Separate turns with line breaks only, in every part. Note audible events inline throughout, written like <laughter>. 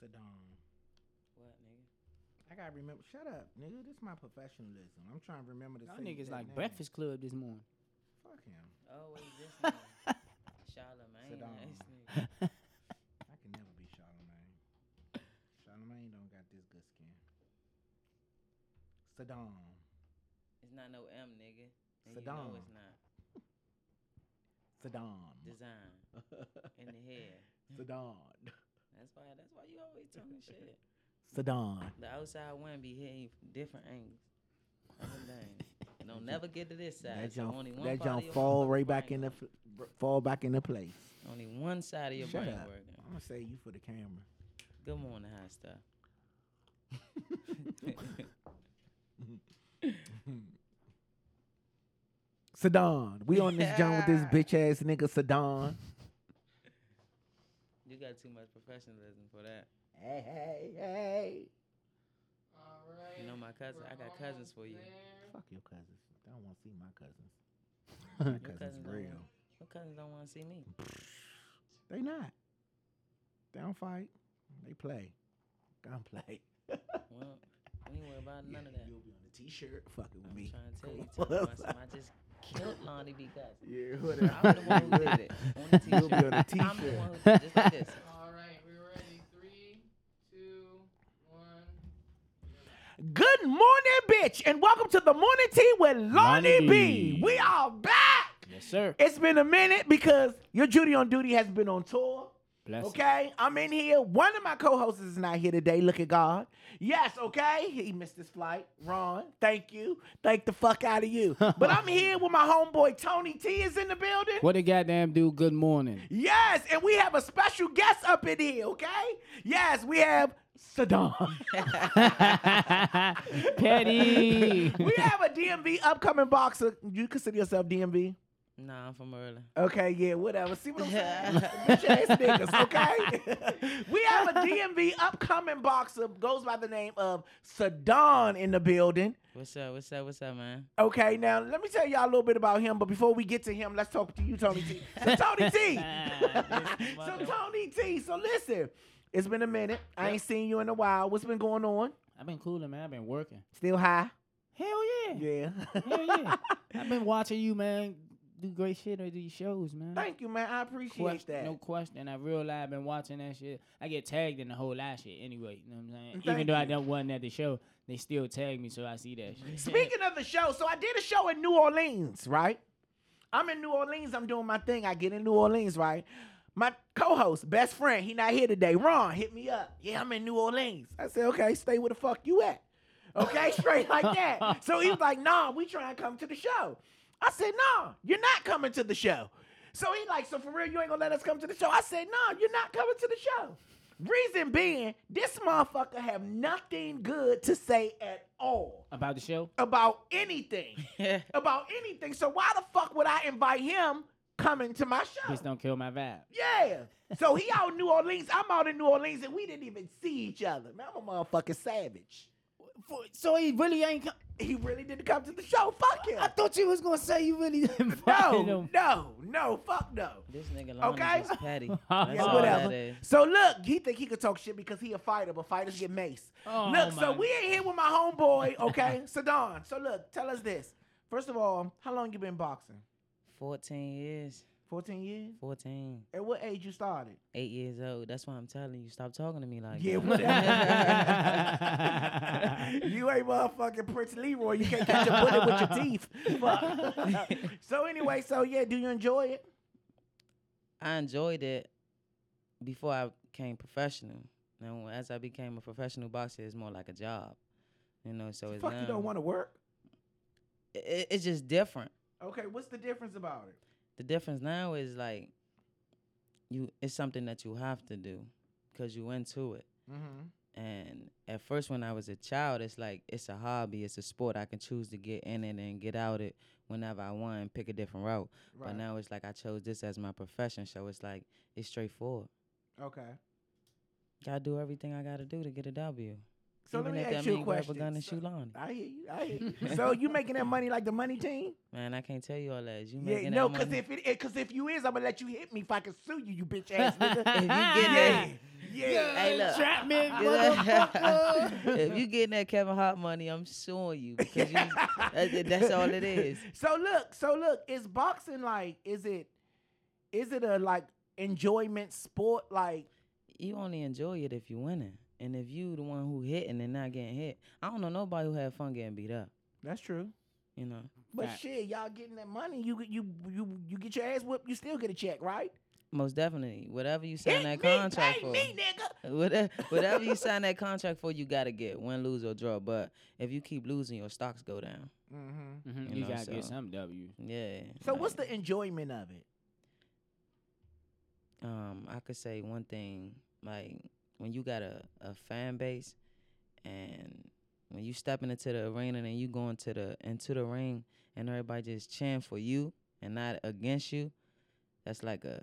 Sedone.
What, nigga?
I gotta remember. Shut up, nigga. This is my professionalism. I'm trying to remember this.
Y'all niggas like Breakfast Club this morning.
Fuck him.
Oh,
<laughs>
wait, this
<laughs>
nigga. Charlemagne.
Saddam.
<laughs> This nigga.
I can never be Charlemagne. Charlemagne don't got this good skin. Saddam.
It's not no M, nigga. And You know
Saddam.
it's not. <laughs>
Saddam.
Design in the head.
Saddam.
That's why. That's why you always talking <laughs> shit.
Saddam.
The outside one be hitting you from different angles. Other thing. And don't never get to this side.
That
So
jump,
only one
that
part of
jump
your
fall
motherfucking
right back in the
brain
fl- br- fall back into place.
work. Only one side of your
Shut
brain
up.
working.
I'm gonna say you for the camera.
Good morning,
<laughs>
high stuff.
Saddam. We on this jump with this bitch ass nigga Saddam.
You got too much professionalism for that.
Hey, hey, hey.
You know my cousin. I got cousins for you.
Fuck your cousins. I don't want to see my
<laughs>
cousins. my
Your
cousins
cousins don't
real.
want- Your cousins don't want to see me.
They not. They don't fight. They play. Gunplay.
Well, we ain't worried about none of that.
You'll be on the t-shirt fucking with
I'm
me.
trying to tell you,
<laughs> Come
tell
on.
you myself, I just killed Lonnie because
<laughs> Yeah,
I'm the one who did it. On the
You'll
t-shirt.
be on the
I'm the one
t-shirt.
who did it. Just like this.
All right, we're ready. Three, two, one.
<laughs> Good morning, bitch, and welcome to the morning tea with Lonnie,
Lonnie
B.
B.
We are back.
Yes, sir.
It's been a minute because your Judy on duty has been on tour.
Bless it.
Okay, I'm in here. One of my co-hosts is not here today. Look at God. Yes, okay. He missed his flight. Ron, thank you. Thank the fuck out of you. But I'm here with my homeboy Tony T is in the building.
What the goddamn do?
<laughs>
Good morning.
Yes, and we have a special guest up in here, okay? Yes, we have Saddam.
Petty.
<laughs> we have a DMV upcoming boxer. You consider yourself DMV?
Nah, I'm from early.
Okay, yeah, whatever. See what I'm saying? Bitch ass niggas,
<laughs>
okay? we have a DMV upcoming boxer, goes by the name of Saddam in the building.
What's up? What's up? What's up, man? <laughs>
Okay, now let me tell y'all a little bit about him, but before we get to him, let's talk to you, Tony T. So
<laughs>
Tony T. so Tony T. So listen, it's been a minute. I ain't seen you in a while. What's been going on?
I've been cooling, man. I've been working.
Still high?
Hell yeah.
Yeah.
Hell yeah. I've been watching you, man, do great shit at these shows,
<laughs>
man.
Thank you, man. I appreciate
Quest-
that.
No question. I realize I've been watching that shit. I get tagged in the whole lot shit anyway. You know what I'm saying?
Thank
Even though I
you.
don't wasn't at the show, they still tag me, so I see that shit.
Speaking of the show, so I did a show in New Orleans, right? I'm in New Orleans. I'm doing my thing. I get in New Orleans, right? My co-host, best friend, he not here today. Ron, hit me up. Yeah, I'm in New Orleans. I said, okay, stay where the fuck you at. Okay, <laughs> straight like that. So he was like, nah, we trying to come to the show. I said, nah, you're not coming to the show. So he like, so for real, you ain't gonna let us come to the show. I said, nah, you're not coming to the show. Reason being, this motherfucker have nothing good to say at all
About the show?
about anything. about anything. So why the fuck would I invite him coming to my
Bitch
show?
don't kill my vibe.
Yeah. So he out in New Orleans. I'm out in New Orleans and we didn't even see each other. Man, I'm a motherfucking savage.
For- so he really ain't. co-
He really didn't come to the show. Fuck him.
I thought you was gonna say you really invited
No,
<laughs> him.
no, no, fuck no.
This nigga Lonnie
Okay.
is petty. That's
<laughs>
Yeah,
Yeah,
all that
whatever.
is.
So look, he think he could talk shit because he a fighter, but fighters get maced.
Oh,
look, so
my- <laughs>
we ain't here with my homeboy, okay? Saddam. So look, tell us this. First of all, how long you been boxing?
14 years.
14 years?
14.
At what age you started?
Eight years old. That's why I'm telling you, stop talking to me like
Yeah,
that.
whatever. <laughs> you ain't motherfucking Prince Leroy. You can't catch a bullet with your <laughs> teeth. Fuck. <laughs> so anyway, so yeah, do you enjoy it?
<laughs> I enjoyed it before I became professional. Now, as I became a professional boxer, it's more like a job. You know, so it's
Fuck, you
now-
don't want to work.
it, it's just different.
Okay, what's the difference about it?
The difference now is like you it's something that you have to do because you into it.
Mm-hmm.
And at first, when I was a child, it's like it's a hobby, it's a sport. I can choose to get in it and get out it whenever I want and pick a different route. But
Right.
now it's like I chose this as my profession, so it's like it's straightforward.
Okay.
Gotta do everything I gotta do to get a W.
So let
Even
me
if that
ask you
mean
a
grab a
question.
gun and
So-
shoot Lonnie.
I hear you. I hear you.
<laughs>
so you making that money like the money team?
Man, I can't tell you all that. <laughs> You
Yeah,
making
no,
that
because
money?
if
<laughs>
it, because if you is, I'm gonna let you hit me if I can sue you, you bitch ass nigga.
If you
yeah,
get
it.
Yeah.
Hey, look.
Trap me,
<laughs>
motherfucker.
if you getting that Kevin Hart money, I'm suing you
<laughs>
because you, that- that's all it is.
So look, so look, is boxing like is it is it a like enjoyment sport like
You only enjoy it if you winning, and if you the one who hitting and not getting hit. I don't know nobody who had fun getting beat up.
That's true.
You know,
But
Fact.
shit, y'all getting that money, you get- you you you get your ass whipped, you still get a check, right?
most definitely, whatever you
Hit
sign that
me,
contract
pay
for.
me, nigga.
Whatever, whatever you sign that contract for, you gotta get win, lose or draw. But if you keep losing, your stocks go down.
Mhm.
Mhm,
You
You
know,
gotta get
so-
some W.
Yeah.
So
like,
what's the enjoyment of it?
um, I could say one thing like when you got a, a fan base and when you stepping into the arena and you going to the into the ring and everybody just cheering for you and not against you, that's like a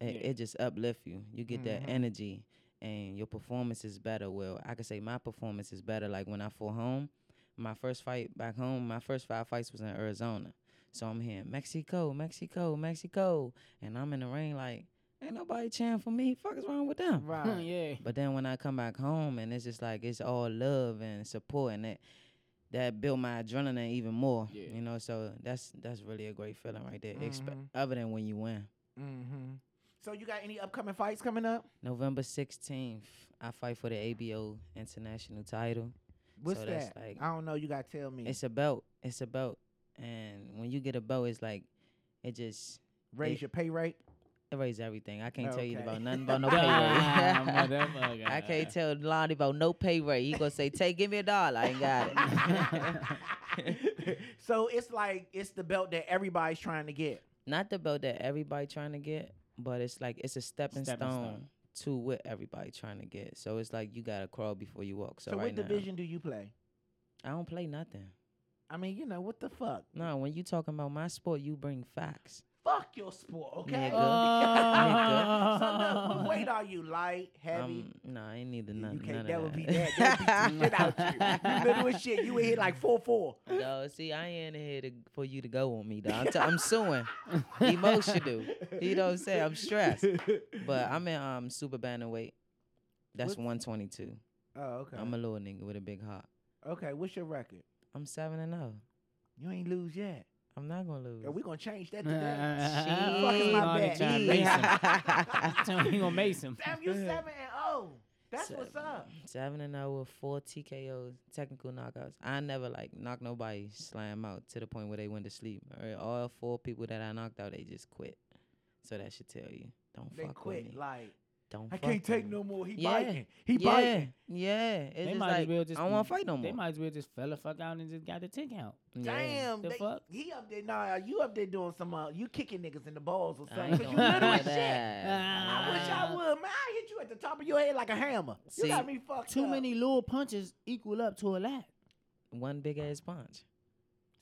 it,
Yeah.
it just uplift you. You get
Mhm.
that energy and your performance is better. Well, I could say my performance is better. Like when I fought home, my first fight back home, my first five fights was in Arizona. So I'm here, Mexico, Mexico, Mexico, and I'm in the ring like, ain't nobody cheering for me. Fuck is wrong with them? <laughs>
Right.
yeah.
But then when I come back home and it's just like it's all love and support and that that built my adrenaline even more.
Yeah.
You know, so that's that's really a great feeling right there. Expe-
Mhm.
other than when you win.
Mhm. So you got any upcoming fights coming up?
November sixteenth, I fight for the ABO international title.
What's
So that's
that?
like-
I don't know, you got to tell me.
It's a belt. It's a belt. And when you get a belt, it's like it just
Raise
it-
your pay rate.
it raises everything. I can't tell you
Okay. <laughs>
about nothing about no pay <laughs>
Damn,
rate.
motherfucker.
I can't tell Lonnie about no pay rate. He gonna say, "Take, give me a dollar." I ain't got
<laughs>
it.
<laughs> so it's like it's the belt that everybody's trying to get.
Not the belt that everybody trying to get, but it's like it's a stepping,
Stepping
stone,
stone.
to what everybody trying to get. So it's like you gotta crawl before you walk. So,
So,
right
what
now,
division do you play?
I don't play nothing.
I mean, you know what the fuck?
No, when you talking about my sport, you bring facts.
Fuck your sport, okay? <laughs>
Nigga. Nigga.
so look, what weight are you? Light, heavy?
Um, no, I ain't need
You-
none.
you can't.
none
That
of
would
that.
be that. That
<laughs>
would beat the shit out you. You little as shit. You would hit like four four.
No, see, I ain't here to, for you to go on me, dog. I'm, t- I'm suing. Emotional.
<laughs>
You know what I'm saying? I'm stressed. But I'm in um super bantamweight. That's
What's-
122.
Oh, okay.
I'm a little nigga with a big heart.
okay, what's your record?
I'm seven and zero.
You ain't lose yet.
I'm not gonna lose.
Are <laughs> we gonna change that today?
<laughs>
Fuck is
Shit.
my
Lonnie
bad.
trying to make
Damn,
<laughs> Damn,
he gonna mace him.
you seven and oh. That's what's
Seven-
up.
Seven and zero with four TKOs, technical knockouts. I never like knock nobody, slam out to the point where they went to sleep. Or all four people that I knocked out, they just quit. So that should tell you, don't
They
fuck with
quit
me.
like
Don't.
I
fuck
can't
with
take
me.
no more. He
Yeah.
biting. He
yeah,
biting.
Yeah, it's
They
just
might as
like,
well just.
I don't want to fight no more.
They might as well just fell the fuck out and just got the tick out.
Yeah.
Damn,
The
they-
fuck?
he up there. Nah, you up there doing some. Uh, you kicking niggas in the balls or
I
something?
ain't
'cause
doing
you little
none
as
of
shit.
that.
I wish I would, man. I hit you at the top of your head like a hammer. you
See,
got me fucked
Too
up.
many little punches equal up to a lot.
One big ass punch.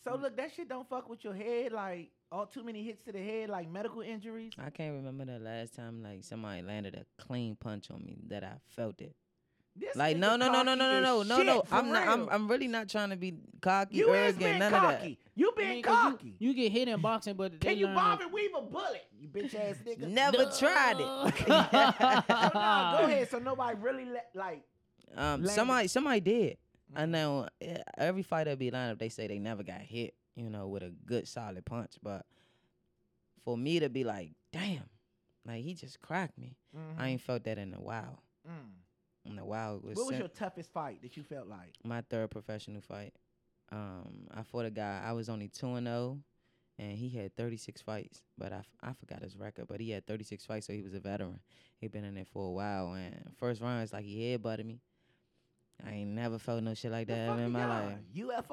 So look, that shit don't fuck with your head. Like all too many hits to the head, like medical injuries.
I can't remember the last time like somebody landed a clean punch on me that I felt it.
This
Like
nigga
no no no no
cocky
no no
as
no no
shit,
no.
for
I'm not. I'm
real.
I'm really not trying to be cocky
you is
arrogant.
being
none
cocky. You
I
being
mean, 'cause
cocky.
You, you get hit in boxing, but they
Can you
learn
bob and weave a bullet? You bitch ass
of that.
nigga.
Never
Duh. <laughs>
tried
So,
<laughs>
it.
nah, Oh, go ahead. So nobody really let like.
um,
Landed. Mm-hmm.
somebody somebody did. I know eh, every fighter be lined up. They say they never got hit, you know, with a good solid punch. But for me to be like, damn, like he just cracked me.
Mhm,
I ain't felt that in a while.
mm.
In a while, it was
What was
sim-
your toughest fight that you felt like?
my third professional fight. Um, I fought a guy. I was only two and zero, and he had thirty six fights. But I, f- I forgot his record. But he had thirty six fights, so he was a veteran. he been in there for a while. And first round, it's like he headbutted me. I ain't never felt no shit like
The
that
fuck
ever in
you
my
got?
life.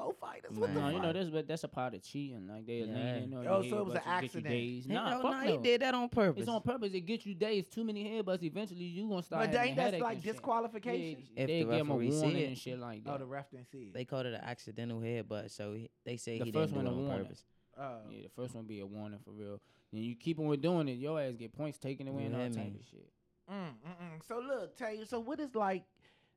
UFO fighters. What the
No,
fuck?
you know that's but that's a part of cheating. Like they
Yeah.
lean in on
Oh,
your
so it was an
headbutts and get you
accident.
Days. Nah,
Hell
fuck
no,
no.
he did that on purpose.
It's on purpose. It gets you days. Too many headbutts. Eventually, you gonna start.
But
having
ain't that's
headaches
like
and shit.
disqualification?
Yeah,
If
they
the
give him a
referee see
warning
it.
and shit like that.
Oh, the ref didn't see it.
<laughs> They called it an accidental headbutt, so he, they say
The
he
first
didn't do
one
it
a
on
warning.
purpose.
Oh.
yeah, the first one be a warning for real. And you keep on doing it, your ass get points taken away
You
and all
hear
type
me?
of shit.
Mm, mm-mm. So look, tell you. So what is like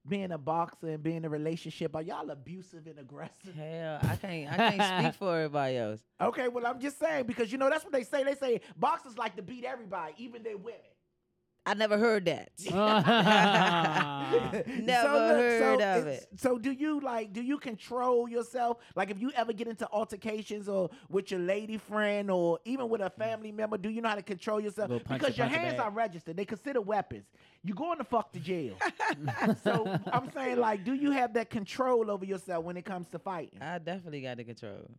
being a boxer and being in a relationship? Are y'all abusive and aggressive?
Hell, I can't. I can't
<laughs>
speak for everybody else.
Okay, well I'm just saying because you know that's what they say. They say boxers like to beat everybody, even their women.
I never heard that.
<laughs>
<laughs>
<laughs>
Ah.
Never heard of
it's-
it.
So do you like do you control yourself? Like if you ever get into altercations or with your lady friend or even with a family member, do you know how to control yourself?
Mm. Little punch
Because
you,
your
punch you
hands
back.
are registered. They consider weapons. You going to fuck to
<laughs>
jail. so I'm saying like do you have that control over yourself when it comes to fighting?
I definitely got the control.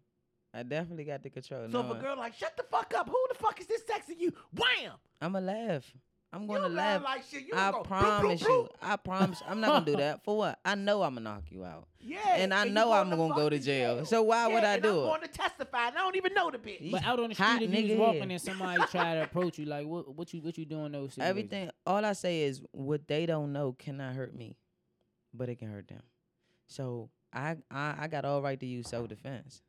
I definitely got the control.
so
no,
if a girl like shut the fuck up, who the fuck is this texting you? Wham!
I'ma laugh. I'm
You
gonna
laugh
laugh.
like shit. You
I
go, bloop, bloop,
promise you.
bloop.
I promise. I'm not gonna do that. For what? I know I'm gonna knock you out.
Yeah,
And I
you
know I'm
to
gonna go
fuck
to jail. So why would
Yeah,
I
and
do
I'm
it?
going to testify, and I don't even know the bitch.
But out on the
Hot
street, if you was
nigga
walking
head.
and somebody tried to approach you, like what, what you, what you doing those situations?
Everything. All I say is what they don't know cannot hurt me, but it can hurt them. So I I, I got all right to use self defense.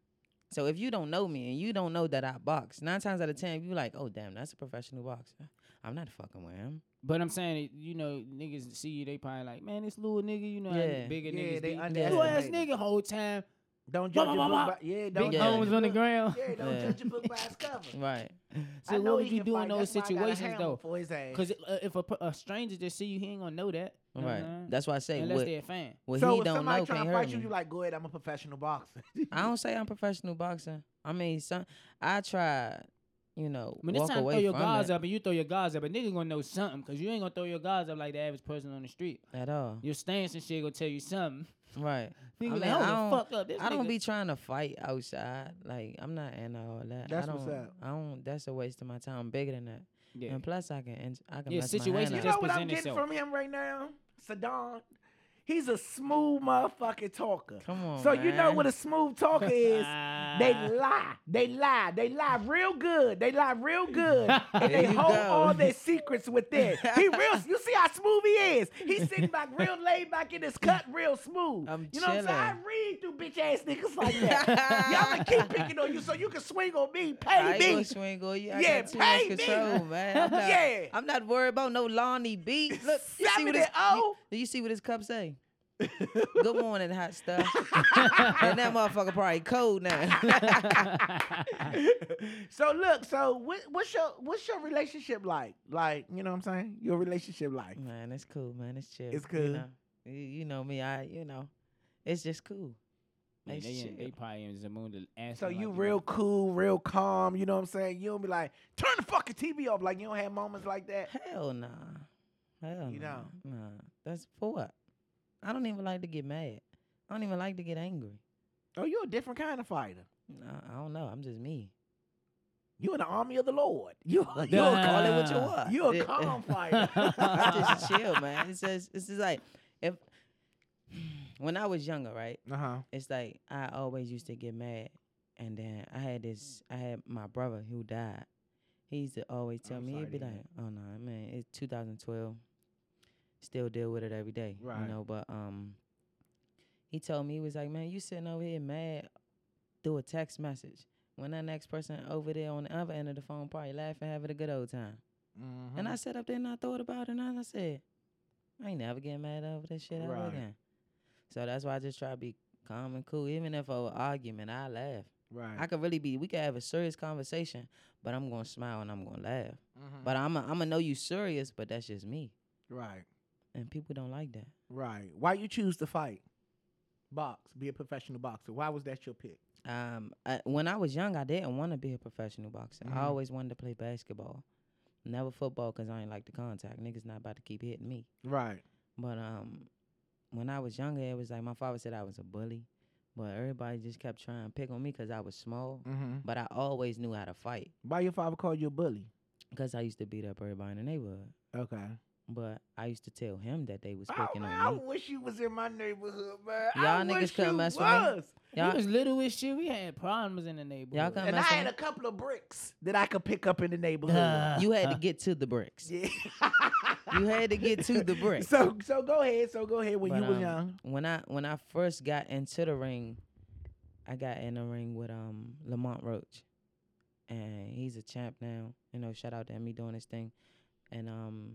So if you don't know me and you don't know that I box, nine times out of ten you like, oh damn, that's a professional boxer. I'm not fucking with him.
But I'm saying, you know, niggas see you, they probably like, man, this little nigga, you know, how
Yeah.
bigger
Yeah,
niggas,
they
be-
underestimate
little ass
it.
nigga whole time,
Don't
Wah,
judge
wah,
your book
wah,
by yeah. Don't
big
Yeah.
judge
homes
your
on the
book-
ground. <laughs>
Yeah, don't
Yeah.
judge your book by its cover.
Right.
I
So
know
what would
he
you
can
do in
fight.
those
That's why I got a
situations
hammer
though?
For his ass.
Because uh, if a, per- a stranger just see you, he ain't gonna know that. You know what I'm
Right.
saying?
That's why I say
unless
what
they're a fan.
what
so
he
if
don't
somebody
know
trying
can
to
hurt
fight
me.
you, you like, go ahead. I'm a professional boxer.
I don't say I'm professional boxer. I mean, some I try, you know,
I mean, this
walk
time
away
throw your
from
guards
it
up and you throw your guards up, a nigga gonna know something because you ain't gonna throw your guards up like the average person on the street.
at all.
Your stance and shit gonna tell you something. <laughs>
Right.
Nigga,
mean,
like, hold
I
the
don't-
fuck up. This
I don't
nigga-
be trying to fight outside. Like I'm not into all that.
That's
I don't,
what's up.
I don't. That's a waste of my time. I'm bigger than that.
Yeah.
And plus, I can. ins- I can.
Yeah,
mess my hand
situations
you
up.
just
know what I'm
present
getting
itself.
from him right now, Saddam. He's a smooth motherfucking talker.
Come on.
so you know
man.
what a smooth talker is. They
<laughs>
Ah.
lie. They lie. They lie real good. They lie real
<laughs>
good.
<laughs>
And
There
they
you
hold
go.
all their secrets within. He
<laughs>
real you see how smooth he is. He's sitting back real laid back in his cut real smooth.
I'm
you know what I'm saying? I
chilling.
read through bitch ass niggas like
<laughs>
that. Y'all gonna keep picking on you so you can swing on me, pay
I ain't
me.
gonna swing on you. I
Yeah,
got too much
pay me.
control,
<laughs>
man. I'm not,
Yeah.
I'm not worried about no Lonnie B. Look, you see what his,
70
you, do you see what his cup say? Good morning, hot stuff. and that motherfucker probably cold now.
<laughs>
<laughs>
so look, so what, what's your what's your relationship like? Like, you know what I'm saying? Your relationship like.
Man, it's cool, man. It's chill.
It's
You
cool.
know, you, you know me. I, you know, it's just cool.
Man,
It's
they, in-
chill.
they probably in the moon to ask.
So
him,
you
like,
real cool, real calm, you know what I'm saying? You don't be like, turn the fucking TV off. Like you don't have moments like that.
Hell nah. Hell
You
nah.
don't?
Nah. That's for what? I don't even like to get mad. I don't even like to get angry.
Oh, you're a different kind of fighter.
Nah, I don't know. I'm just me.
You in the army of the Lord. You <laughs>
Like,
you a,
you don't call it what you
Nah.
want.
you a
It-
calm
<laughs>
fighter.
I
<laughs>
just chill, man. It's just it's just like if when I was younger, right?
uh huh.
It's like I always used to get mad, and then I had this. I had my brother who died. He used to always tell
I'm
me,
sorry
he'd be
to hear
like, "Oh no, man, it's 2012. Still deal with it every day,
Right.
you know." But um, he told me he was like, "Man, you sitting over here mad through a text message." When that next person over there on the other end of the phone probably laughing, having a good old time. And
Mm-hmm.
I sat up there and I thought about it and I said, I ain't never getting mad over this shit ever
Right.
again. So that's why I just try to be calm and cool. Even if an argument, I laugh.
right.
I could really be, we could have a serious conversation, but I'm going to smile and I'm going to laugh.
Mm-hmm.
But I'm going to know you serious, but that's just me.
right.
And people don't like that.
Right. Why you choose to fight? Box. Be a professional boxer. Why was that your pick?
Um, I, when I was young, I didn't want to be a professional boxer.
Mhm.
I always wanted to play basketball. Never football because I ain't like the contact. Niggas not about to keep hitting me.
Right.
But um, when I was younger, it was like my father said I was a bully, but everybody just kept trying to pick on me 'cause I was small.
Mm-hmm.
But I always knew how to fight
Why your father called you a bully?
'cause I used to beat up everybody in the neighborhood.
Okay.
But I used to tell him that they was
Oh,
picking
man, I
on me.
wish you was in my neighborhood, man. I
Y'all niggas
wish
couldn't
you
mess with me.
was.
we
Y'all,
was little as shit. We had problems in the neighborhood.
come-
And I
mess
had a
with
couple of bricks that I could pick up in the neighborhood.
Duh.
you had to get to the
<laughs>
bricks.
Yeah.
Uh. You had to get to the bricks.
So so go ahead. So go ahead when
But,
you was
um,
young.
When I when I first got into the ring, I got in the ring with um Lamont Roach, and he's a champ now. You know, shout out to me doing his thing, and um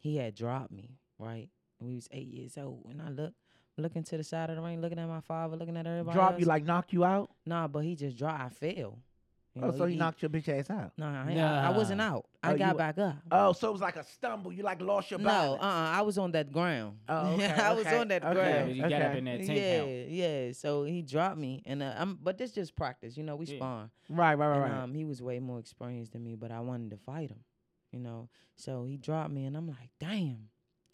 he had dropped me right. We was eight years old, and I look looking to the side of the ring, looking at my father, looking at everybody.
Drop
else.
you like knock you out.
nah, but he just dropped. I fell. You
Oh,
know,
so
you
he
eat-
knocked your bitch ass out.
No, I, ain't- I, I wasn't out. I
Oh, you
got
wa-
back up.
Oh, so it was like a stumble. You like lost your
No,
balance.
uh, uh I was on that ground. <laughs>
Oh, okay,
I was
okay,
on that
okay.
Yeah,
ground.
'cause you got up
okay.
in that tank
yeah,
house.
yeah. So he dropped me, and uh, I'm. But this just practice, you know. We
Yeah.
spar.
Right, right, right,
And,
right.
um, he was way more experienced than me, but I wanted to fight him, you know. So he dropped me, and I'm like, damn.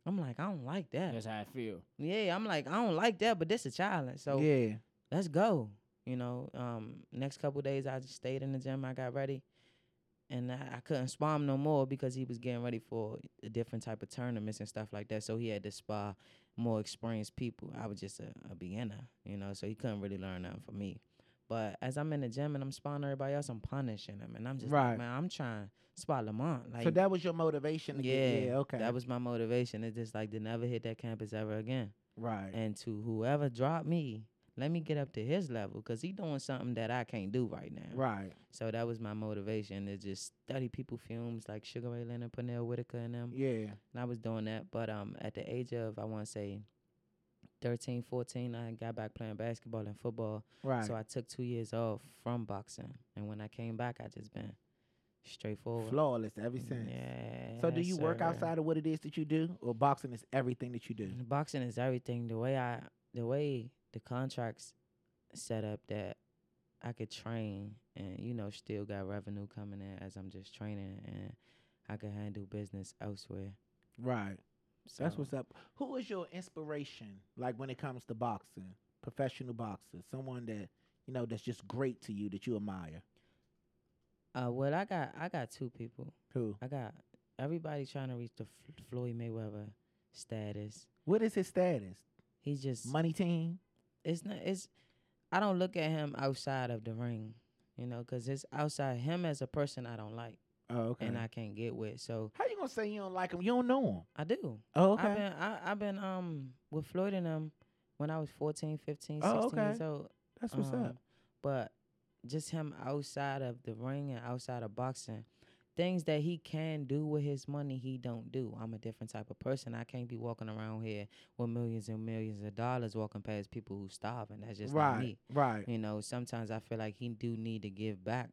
I'm like, I don't like that.
That's how I feel.
Yeah, I'm like, I don't like that, but this a challenge. So
yeah.
let's go. You know, um, next couple days I just stayed in the gym. I got ready, and I, I couldn't spar him no more because he was getting ready for a different type of tournaments and stuff like that. So he had to spar more experienced people. I was just a, a beginner, you know, so he couldn't really learn nothing from me. But as I'm in the gym and I'm sparring everybody else, I'm punishing him, and I'm just
Right.
like, man, I'm trying to spar Lamont. Like,
so that was your motivation. To
yeah,
get, yeah. Okay.
that was my motivation. It's just like to never hit that campus ever again
right.
and to whoever dropped me let me get up to his level because he doing something that i can't do right now
right.
so that was my motivation to just study people fumes like sugar ray leonard Pernell whitaker and them
Yeah.
and i was doing that but um at the age of i want to say 13 14 i got back playing basketball and football
Right.
so i took two years off from boxing and when i came back i just been straightforward
Flawless ever since.
Mm, yeah uh,
So do you work
sir.
outside of what it is that you do, or boxing is everything that you do?
boxing is everything. The way I, the way the contracts set up that I could train and you know still got revenue coming in as I'm just training and I could handle business elsewhere. Mm-hmm.
Right.
So
That's what's up. Who is your inspiration, like when it comes to boxing, professional boxer, someone that you know that's just great to you that you admire?
Uh, well, I got I got two people.
Who?
I got everybody trying to reach the F- Floyd Mayweather status.
What is his status?
He's just
Money team.
it's not it's I don't look at him outside of the ring, you know, 'cause it's outside him as a person I don't like
Oh, okay.
and I can't get with. So
How you gonna say you don't like him? You don't know him.
I do.
Oh,
I've
okay.
been I, I've been um with Floyd and them when I was 14, 15, 16
Oh,
years
okay.
old.
That's what's up.
um, But just him outside of the ring and outside of boxing, things that he can do with his money, he don't do. I'm a different type of person. I can't be walking around here with millions and millions of dollars walking past people who starving. That's just not
right.
me.
Right.
You know, sometimes I feel like he do need to give back,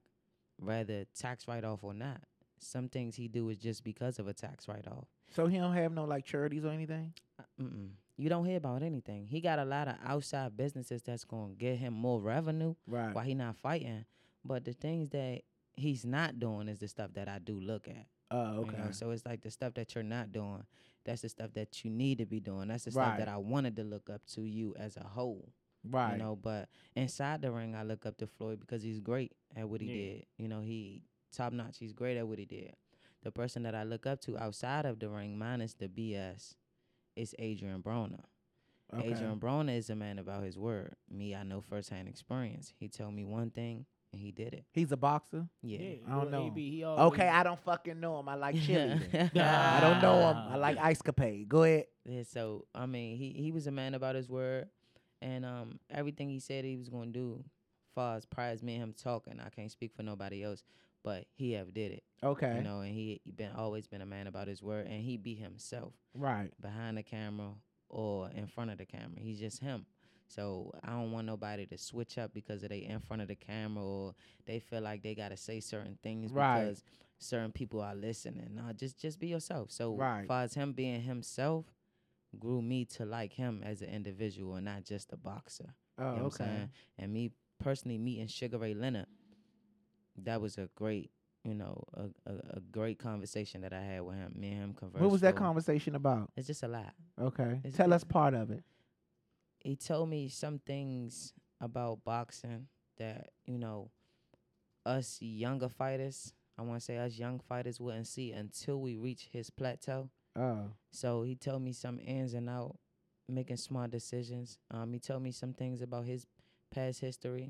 whether tax write off or not. Some things he do is just because of a tax write off.
So he don't have no like charities or anything.
Uh, Mm-mm. You don't hear about anything. He got a lot of outside businesses that's going to get him more revenue
Right.
while he not fighting. But the things that he's not doing is the stuff that I do look at.
Oh,
you
okay.
know? So it's like the stuff that you're not doing. That's the stuff that you need to be doing. That's the
Right.
stuff that I wanted to look up to you as a whole.
right.
You know, but inside the ring, I look up to Floyd because he's great at what he
Yeah.
did. You know, he top notch. He's great at what he did. The person that I look up to outside of the ring, minus the BS, is Adrian Broner.
okay.
Adrian Broner is a man about his word. Me, I know firsthand experience. He told me one thing and he did it.
He's a boxer.
Yeah.
I don't
He
know.
be,
Oh,
he always,
Okay, I don't fucking know him. I
<laughs>
like chili. then. I
Ah.
don't know him. I like ice capade. Go ahead.
Yeah, so I mean, he he was a man about his word, and um, everything he said he was gonna do, far as prior as me and him talking, I can't speak for nobody else, but he have did it,
Okay.
you know, and he, he been always been a man about his word, and he be himself
Right.
behind the camera or in front of the camera. He's just him. So I don't want nobody to switch up because of they in front of the camera or they feel like they gotta say certain things
Right.
because certain people are listening. No, just just be yourself. So
Right.
far as him being himself grew me to like him as an individual and not just a boxer.
Oh,
You know what
okay.
I'm saying? And me personally meeting Sugar Ray Leonard, that was a great, you know, a, a, a great conversation that I had with him. Me and him conversed.
What was that
for-
conversation about?
It's just a lot.
Okay.
It's
Tell
good.
us part of it.
he told me some things about boxing that you know us younger fighters i want to say us young fighters wouldn't see until we reach his plateau
Oh.
so he told me some ins and out making smart decisions um, he told me some things about his past history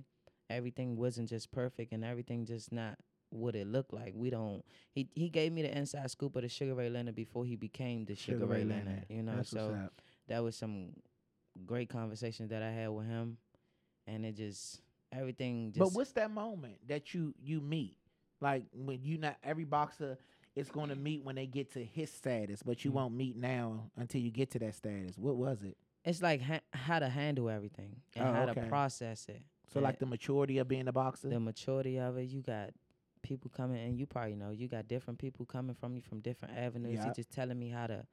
everything wasn't just perfect and everything just not what it looked like we don't he he gave me the inside scoop of the sugar ray leonard before he became the sugar, ray, leonard, you know
That's
so
what's up.
that was some great conversations that I had with him, and it just everything. Just,
But what's that moment that you you meet? Like when you not every boxer is going to meet when they get to his status, but you
Mhm.
won't meet now until you get to that status. What was it?
it's like ha- how to handle everything and
Oh,
how
okay.
to process it.
So like
Yeah.
the maturity of being a boxer.
the maturity of it. You got people coming, and you probably know you got different people coming from you from different avenues.
Yeah.
You just telling me how to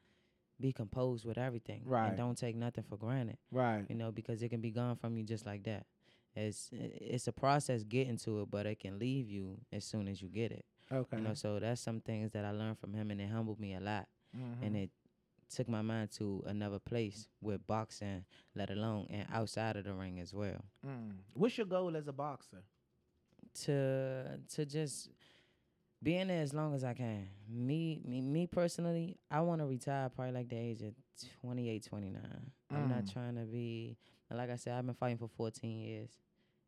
be composed with everything,
Right.
And don't take nothing for granted,
Right.
you know, because it can be gone from you just like that. It's it's a process getting to it, but it can leave you as soon as you get it.
Okay.
You know, so that's some things that I learned from him, and it humbled me a lot
Mhm.
and it took my mind to another place with boxing, let alone and outside of the ring as well.
Mm. What's your goal as a boxer?
To to just being there as long as I can. Me me me personally, I want to retire probably like the age of 28, 29. I'm not
Mm.
trying to be like I said. I've been fighting for 14 years,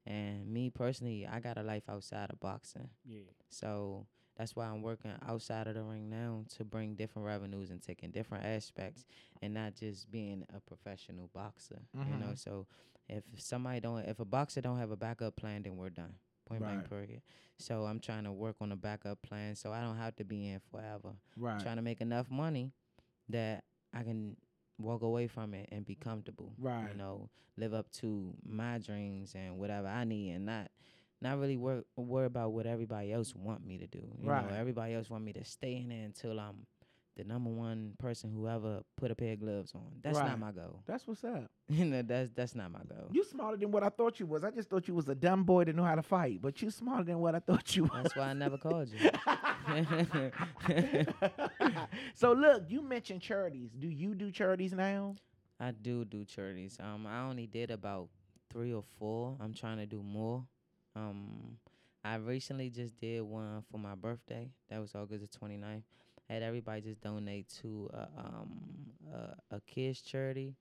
and me personally, I got a life outside of boxing.
Yeah.
So that's why I'm working outside of the ring now to bring different revenues and taking different aspects and not just being a professional boxer. You know,
Mhm.
so if somebody don't if a boxer don't have a backup plan, then we're done. Point blank period. So I'm trying to work on a backup plan so I don't have to be in forever.
Right.
Trying to make enough money that I can walk away from it and be comfortable.
Right.
You know, live up to my dreams and whatever I need and not not really worry, worry about what everybody else want me to do. You
Right.
know, everybody else want me to stay in there until I'm the number one person who ever put a pair of gloves on. That's
Right.
not my goal. <laughs>
That's what's up.
you know, that's that's not my goal.
You smarter than what I thought you was. I just thought you was a dumb boy that knew how to fight, but you smarter than what I thought you was.
That's why I never called you.
<laughs> so look, you mentioned charities. Do you do charities now?
I do do charities. Um, I only did about three or four. I'm trying to do more. Um, I recently just did one for my birthday. That was August the 29th. Had everybody just donate to a, um a, a kids charity.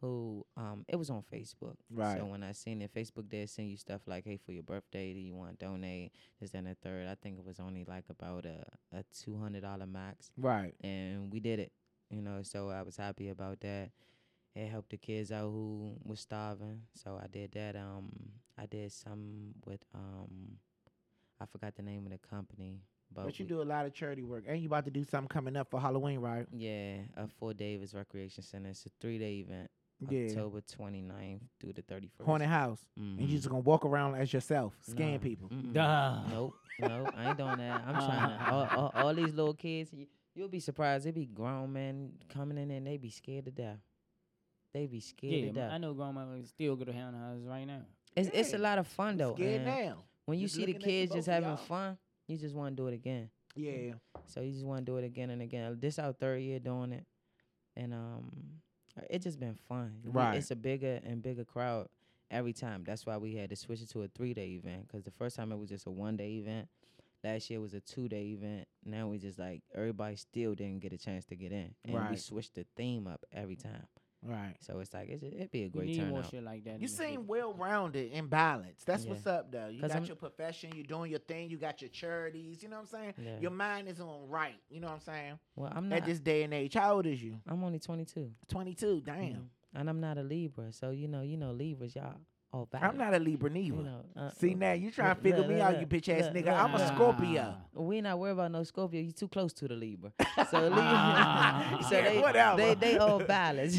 Who um it was on Facebook.
Right.
So when I seen it, Facebook did send you stuff like, hey, for your birthday, do you want to donate? This that, and the third. I think it was only like about a a two hundred dollar max
Right.
and we did it. You know, so I was happy about that. It helped the kids out who was starving. So I did that. Um, I did some with um, I forgot the name of the company, but,
But you
we-
do a lot of charity work, and you about to do something coming up for Halloween, right?
Yeah, a Fort Davis Recreation Center. It's a three day event,
Yeah.
October 29th through the Mm-hmm. thirty first.
Haunted house, and you just gonna walk around as yourself, scan people.
Duh.
Nope, nope. I ain't doing that. I'm trying
<laughs>
to. All, all, all these little kids, you, you'll be surprised. They be grown men coming in and they be scared to death. They be scared
Yeah,
to
man,
death.
I know grandma would still go to haunted houses right now.
It's it's a
Yeah.
lot of fun
I'm
though.
scared
and
now.
When you
Just
see the
looking at the
kids
both
just
of
having
y'all.
fun, you just want to do it again.
Yeah.
So you just want to do it again and again. This our third year doing it, and um, it just been fun. We-
Right.
It's a bigger and bigger crowd every time. That's why we had to switch it to a three day event because the first time it was just a one day event. Last year was a two day event. Now we just like everybody still didn't get a chance to get in, and we
Right.
switched the theme up every time.
Right.
So it's like it's, it'd be a
You
great
need more
turnout.
shit like that. in
You
the city.
seem well rounded and balanced. That's
Yeah.
what's up, though. You
'Cause
got
I'm-
your profession, you're doing your thing, you got your charities. You know what I'm saying?
Yeah.
Your mind is on right. You know what I'm saying?
Well, I'm not.
At this day and age, how old is you?
I'm only 22.
22. Damn.
Mhm. And I'm not a Libra, so you know, you know, Libras, y'all all bad.
I'm not a Libra
you
neither.
know, uh,
See now, you trying to
look,
figure
look,
me
look,
out,
look,
you bitch ass
look,
nigga.
look,
I'm a
look. <laughs>
Scorpio.
we not worried about no Scorpio. You too close to the Libra,
<laughs>
so
Ah.
Libra, <laughs> so
Yeah,
they,
whatever.
they
<laughs>
they all balanced.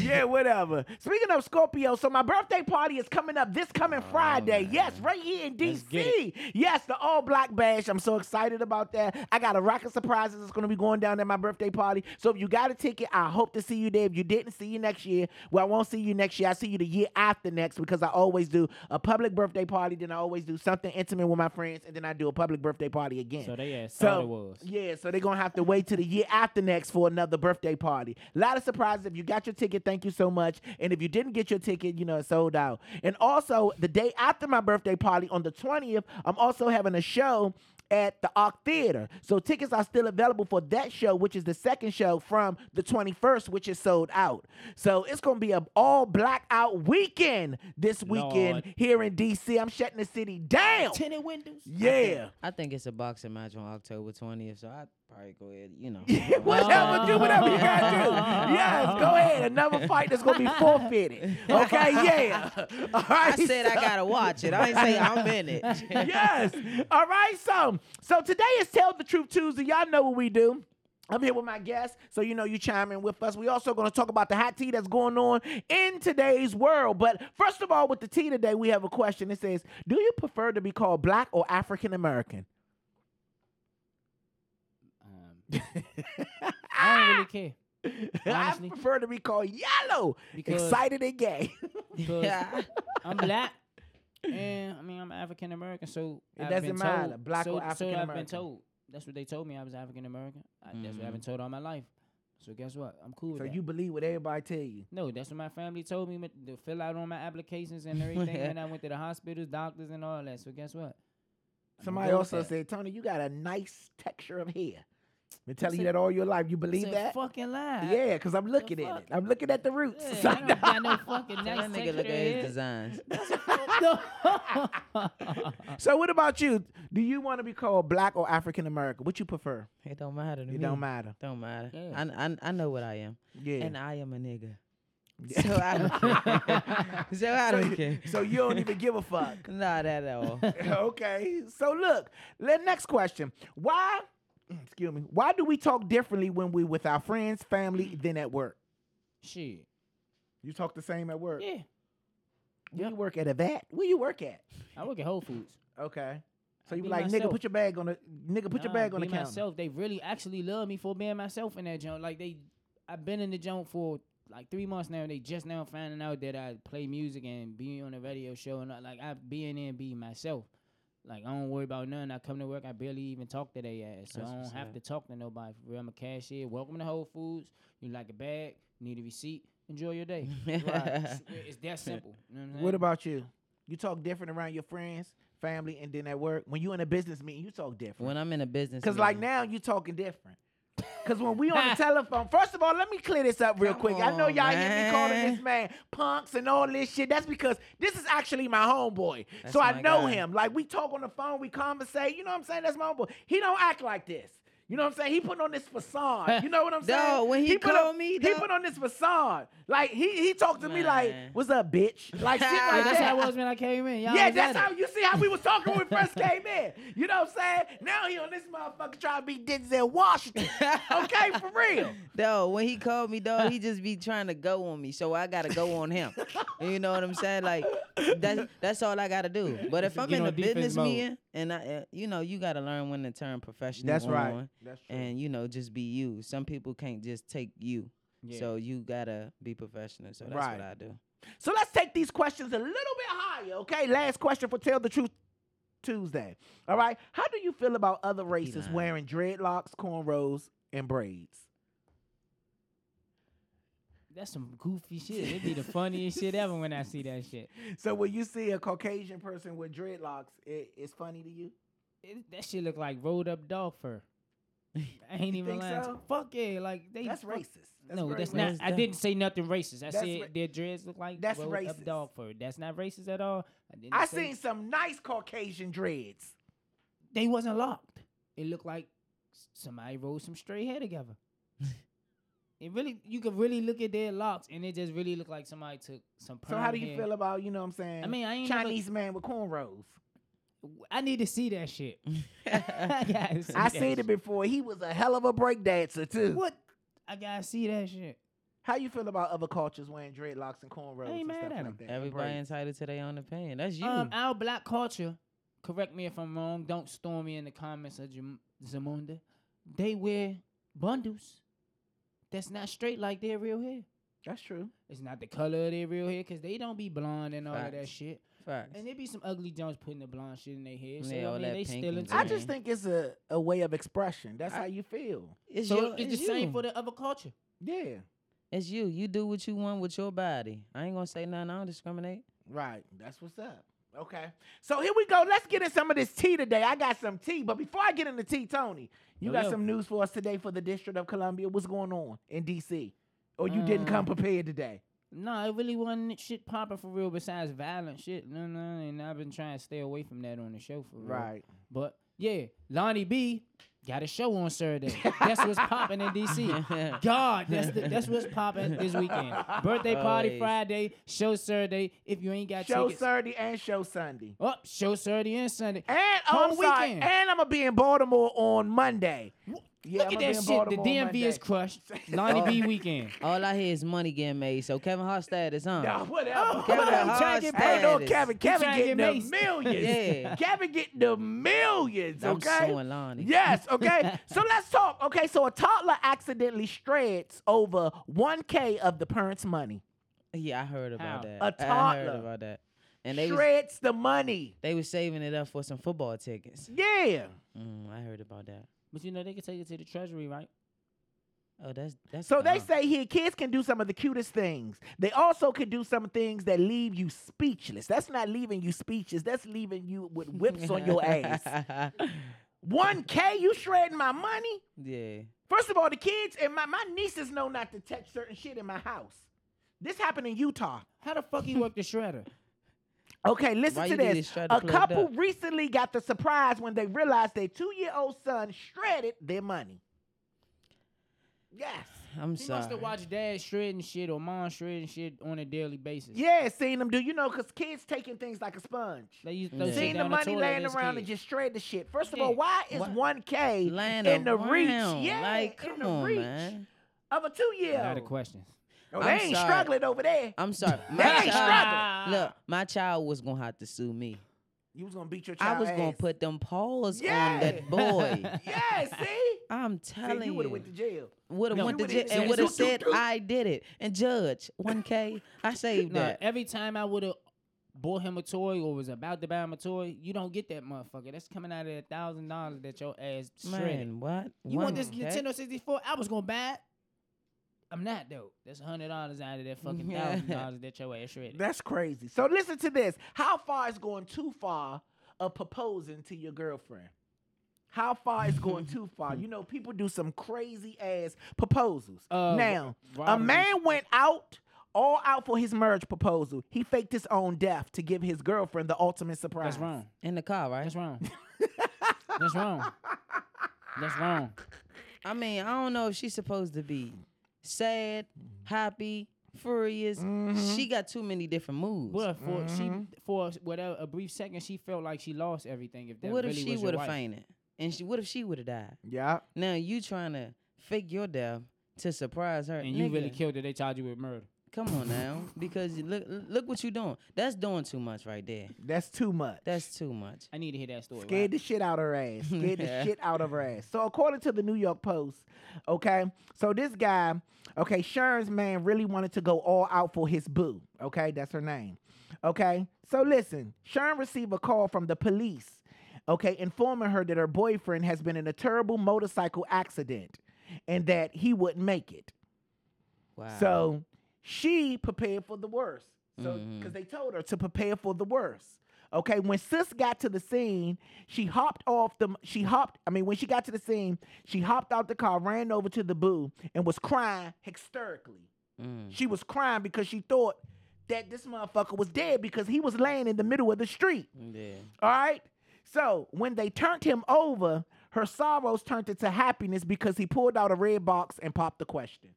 <laughs> yeah, whatever. Speaking of Scorpio, so my birthday party is coming up this coming
Oh,
Friday.
man.
Yes, right here in
Let's get
DC. Yes, the all black bash. I'm so excited about that. I got a rocket surprises that's gonna be going down at my birthday party. So if you got a ticket, I hope to see you there. If you didn't see you next year, well, I won't see you next year. I see you the year after next because I always do a public birthday party, then I always do something intimate with my friends, and then I do a public birthday party again.
So they asked
So,
so, it was.
Yeah, so they're gonna have to wait till the year after next for another birthday party. A lot of surprises. If you got your ticket, thank you so much. And if you didn't get your ticket, you know it's sold out. And also the day after my birthday party on the twentieth, I'm also having a show at the Arc Theater. So tickets are still available for that show, which is the second show from the 21st, which is sold out. So it's gonna be an all blackout weekend this weekend
Lord.
here in DC. I'm shutting the city down.
Tinted windows.
Yeah.
I think it's a boxing match on October 20th, so I probably go ahead. You know,
<laughs> Yeah, whatever, do whatever you gotta
Oh.
do. Yes, go ahead. Another fight that's gonna be forfeited. Okay, yeah. All right.
<laughs> I said I
so- <laughs>
gotta watch it. I ain't say I'm in it. <laughs>
Yes. All right. So, so today is Tell the Truth Tuesday. Y'all know what we do. I'm here with my guests, so you know you chime in with us. We also going to talk about the hot tea that's going on in today's world. But first of all, with the tea today, we have a question. It says, "Do you prefer to be called black or African American?"
Um, I don't really care
<laughs> I
Honestly.
prefer to be called yellow,
because
excited and gay.
because
Yeah.
I'm black. And I mean, I'm African American, so
It
I've
doesn't
been
matter,
told-
black
so,
or
So I've
African-American. Mm-hmm.
been told. That's what they told me. I was African American. That's what I've been told all my life. So guess what? I'm cool.
so
with that.
you believe what everybody tell you.
No, that's what my family told me ma- to fill out on my applications and
<laughs>
everything. and I went to the hospitals, doctors, and all that. So guess what? I'ma
Somebody
go with
also
that.
said, "Tony, you got a nice texture of hair." Been telling you
It's a-
that all your life. You
It's
believe
a
that?
Fucking lie.
Yeah, because I'm looking at
fuck?
it. I'm looking at the roots.
Yeah,
<laughs>
I don't got no fucking
Tell
nice
that nigga look at his
texture.
designs.
<laughs>
No.
so what about you? Do you want to be called black or African American? What you prefer?
It don't matter to me.
It don't matter.
Don't matter.
Yeah.
I, I I know what I am,
Yeah.
and I am a nigga.
Yeah.
So I don't care.
<laughs>
so I
<laughs> So
don't <laughs>
you-
care.
so you don't even give a
<laughs>
fuck. <laughs>
Not at <laughs> all.
okay. So look, let next question. Why mm, excuse me, why do we talk differently when we with our friends, family, than at work?
<laughs> Shit.
You talk the same at work.
Yeah.
Where You work at a vet. Where you work at?
I work at Whole Foods.
Okay. So
I
you be
be
like, nigga,
myself.
put your bag on the nigga, put your
Nah,
bag on the
be
counter.
myself. They really actually love me for being myself in that joint. Like they, I've been in the joint for like three months now. and They just now finding out that I play music and be on a radio show and I- like I be in there and be myself. Like I don't worry about nothing. I come to work. I barely even talk to their ass, so
That's
I
what's
don't have
up.
to talk to nobody. For real, I'm a cashier. Welcome to Whole Foods. You like a bag? Need a receipt? Enjoy
<laughs>
your day. Right. it's that simple. You know what I'm saying?
What about you? You talk different around your friends, family, and then at work. When you in a business meeting, you talk different.
When I'm in a business,
Cause like
meeting-
now you talking different. Cause when we
<laughs>
on the telephone, first of all, let me clear this up real
Come
quick. I know
on,
y'all hear me calling this
man.
man punks and all this shit. That's because this is actually my homeboy.
That's
so I
my
know
guy.
him. Like we talk on the phone, we conversate. You know what I'm saying? That's my homeboy. He don't act like this. You know what I'm saying? He put on this facade. You know
<laughs>
what I'm saying?
Dawg, when he
put
called
on,
me,
he
dawg-
put on this facade. Like he he talked to me like,
Man.
"What's up, bitch?"
<laughs>
Like shit
Yeah,
like
Yeah, that's
that.
how it was when I came in. Y'all
Yeah,
was
that's
at it.
how you see how we was talking when we
<laughs>
first came in. You know what I'm saying? Now he on this motherfucker trying to be Denzel Washington.
<laughs>
Okay, for
<laughs>
real.
Dog, when he called me, dog,
<laughs>
he just be trying to go on me, so I gotta go on him. you know what I'm saying? Like that's that's all I gotta do. But if
Get
I'm in
on
a
defense
business
mode.
meeting, and I, uh, you know, you gotta learn when to turn professional. on
<laughs> That's
And you know, just be you. Some people can't just take you,
Yeah.
so you gotta be professional. So that's
Right.
what I <laughs> do.
So let's take these questions a little bit higher, okay? Last question for Tell the Truth Tuesday. All right. How do you feel about other races
lying.
wearing dreadlocks, cornrows, and braids?
That's some goofy shit. It'd be the funniest shit ever when I see that shit.
So when you see a Caucasian person with dreadlocks, it, it's funny to you?
It- that shit look like rolled up dog fur. I ain't even
think
lying.
so?
Fuck yeah, like they.
That's
fuck-
racist. That's
no,
very
that's
racist.
not.
That's
I
dumb.
didn't say nothing racist. I
That's
said
ra-
their dreads look like
That's
rolled
racist.
up dog fur. That's not racist at all. I, didn't
I
say-
seen some nice Caucasian dreads.
they wasn't locked. It looked like s- somebody rolled some straight hair
<laughs>
together. it really, you could really look at their locks, and it just really looked like somebody took some.
So how
perm
do you
hair.
feel about, you know what I'm saying?
I mean, I ain't never-
Chinese man with
<laughs>
cornrows.
I need to see that shit. I gotta see
I
that
seen
shit.
it before. He was a hell of a breakdancer too.
What? I gotta see that shit.
How you feel about other cultures wearing dreadlocks and cornrows
I ain't
and
mad
stuff
at 'em.
like that? and
Everybody
braids?
entitled to their own opinion. That's you.
Um, our black culture. Correct me if I'm wrong. Don't storm me in the comments of Jam- Zamunda. They wear bundles. That's not straight like their real hair.
That's true.
It's not the color of their real hair because they don't be blonde and all of that
Facts.
shit.
Facts.
And there be some ugly Jones putting the blonde shit in their hair. So
Yeah, all
I mean,
that
they
pink
still
and
into
I
green.
it.
just think it's a, a way of expression. That's
I-
how you feel.
It's
So
your-
it's,
it's
the same
you.
for the other culture.
Yeah.
It's you. You do what you want with your body. I ain't gonna say nothing. I
<laughs>
don't discriminate.
Right. That's what's up. Okay. So here we go. Let's get in some of this tea today. I got some tea, but before I get into tea, Tony, you
Yo,
got
yo.
some news for us today for the District of Columbia. What's going on in DC? Or you didn't come prepared today.
Nah, it really wasn't shit popping for real besides violent shit. No, no, and I've been trying to stay away from that on the show for real. But yeah, Lonnie B got a show on Saturday. that's what's popping in <laughs> DC. God, that's the, that's what's popping this weekend. Birthday party
Always.
Friday, show Saturday. If you ain't got
Show
tickets,
Saturday and show Sunday.
oh, show Saturday and Sunday.
And oh, I'm
Whole
sorry,
weekend.
and I'm gonna be in Baltimore on Monday. Yeah,
Look
I'ma
at
be
that
in
shit. The
Baltimore
DMV
Monday.
is crushed. Lonnie
Oh.
<laughs>
B weekend.
<laughs> All I hear is money getting made. So Kevin Hart status, huh?
Oh,
Nah, whatever.
<laughs>
Kevin
whatever.
Hart
Trying to get paid on
status.
Kevin. Kevin
trying to
getting
get
the
maced. <laughs>
millions.
Yeah.
Kevin getting the millions.
I'm
Okay.
suing Lonnie.
<laughs>
Yes, okay. so let's talk. Okay, so a toddler accidentally shreds over 1K of the parents' money.
Yeah, I heard about
How?
that.
A
I- I heard
toddler.
about that. And they was,
Shreds the money.
they was saving it up for some football tickets.
Yeah.
Mm, I heard about that.
But you know they can take it to the treasury, right?
Oh, that's that's.
So they
dumb.
say here kids can do some of the cutest things. They also can do some things that leave you speechless. That's not leaving you speechless. That's leaving you with whips on your ass. 1K, you shredding my money?
<laughs> yeah.
First of all, the kids and my, my nieces know not to touch certain shit in my house. This happened in Utah.
How the fuck he work the shredder?
Okay, listen
Why
to
you need
this.
to shred the
A
plug
couple
up?
recently got the surprise when they realized their two-year-old son shredded their money.
<sighs>
Yes.
I'm
He
sorry.
must have watched dad shredding shit or mom shredding shit on a daily basis.
Yeah, seen them do. You know, because kids taking things like a sponge.
They used to throw
Yeah.
shit
Seen the
down the
money
toilet
laying
as
around
kids.
and just shred the shit. First of
Yeah.
all, why is
Why-
1K
Laying
in the reach?
around.
Yeah,
like
in
come
the
on,
reach
man.
of a
I had a
two-year-old.
question.
Oh, they
I'm
ain't
sorry.
struggling over there.
I'm sorry. My
They
<laughs>
ain't
child,
struggling.
look, my child was gonna have to sue me.
You was gonna beat your child.
I was gonna
ass.
put them paws on
Yeah.
that
<laughs>
boy.
<laughs> Yeah, see,
<laughs> I'm
see
telling
you would have
you,
went to jail.
would have
No,
went
you
to jail
would've
and
said, "Doot, doot,
would have said
<laughs>
doot."
I did it. And judge, 1K,
<laughs>
I saved
No,
that.
every time I would have bought him a toy or was about to buy him a toy, you don't get that motherfucker. That's coming out of that thousand dollars that your ass shredded.
Man, what?
You want this
1K?
Nintendo 64? I was gonna buy it. I'm not though. That's hundred dollars out
<laughs>
of that fucking
Yeah.
thousand dollars that your ass shredded.
That's crazy. So listen to this. How far is going too far of proposing to your girlfriend? How far is
<laughs>
going too far? You know, people do some crazy ass proposals.
Uh,
now, a
Robert
man went out all out for his marriage proposal. He faked his own death to give his girlfriend the ultimate surprise.
That's wrong.
In the car, right? <laughs>
That's wrong. That's wrong. That's wrong.
I mean, I don't know if she's supposed to be sad,
Mm-hmm.
happy, furious.
Mhm.
She got too many different moods.
But for
Mm-hmm.
Mhm.
she for whatever a brief second she felt like she lost everything. If that
what
really
if she
was your
would have
wife.
fainted? And she, what if she would have died?
Yeah.
Now you trying to fake your death to surprise her,
and you really
Nigga,
killed her, they charge you with murder.
Come on now, because you look, look what you doing. That's doing too much right there.
That's too much.
That's too much.
I need to hear that story.
Scared the shit out of her ass. Scared
Yeah.
the shit out of her ass. So according to the New York Post, okay, so this guy, okay, Sharon's man really wanted to go all out for his boo. Okay, that's her name. Okay, so listen, Sharon received a call from the police. Okay, informing her that her boyfriend has been in a terrible motorcycle accident, and that he wouldn't make it.
Wow.
So she prepared for the worst. So because
Mhm.
they told her to prepare for the worst. Okay, when sis got to the scene, she hopped off the she hopped, I mean, when she got to the scene, she hopped out the car, ran over to the boo, and was crying hysterically.
Mm.
She was crying because she thought that this motherfucker was dead because he was laying in the middle of the street.
yeah.
All right. So when they turned him over, her sorrows turned into happiness because he pulled out a red box and popped the question.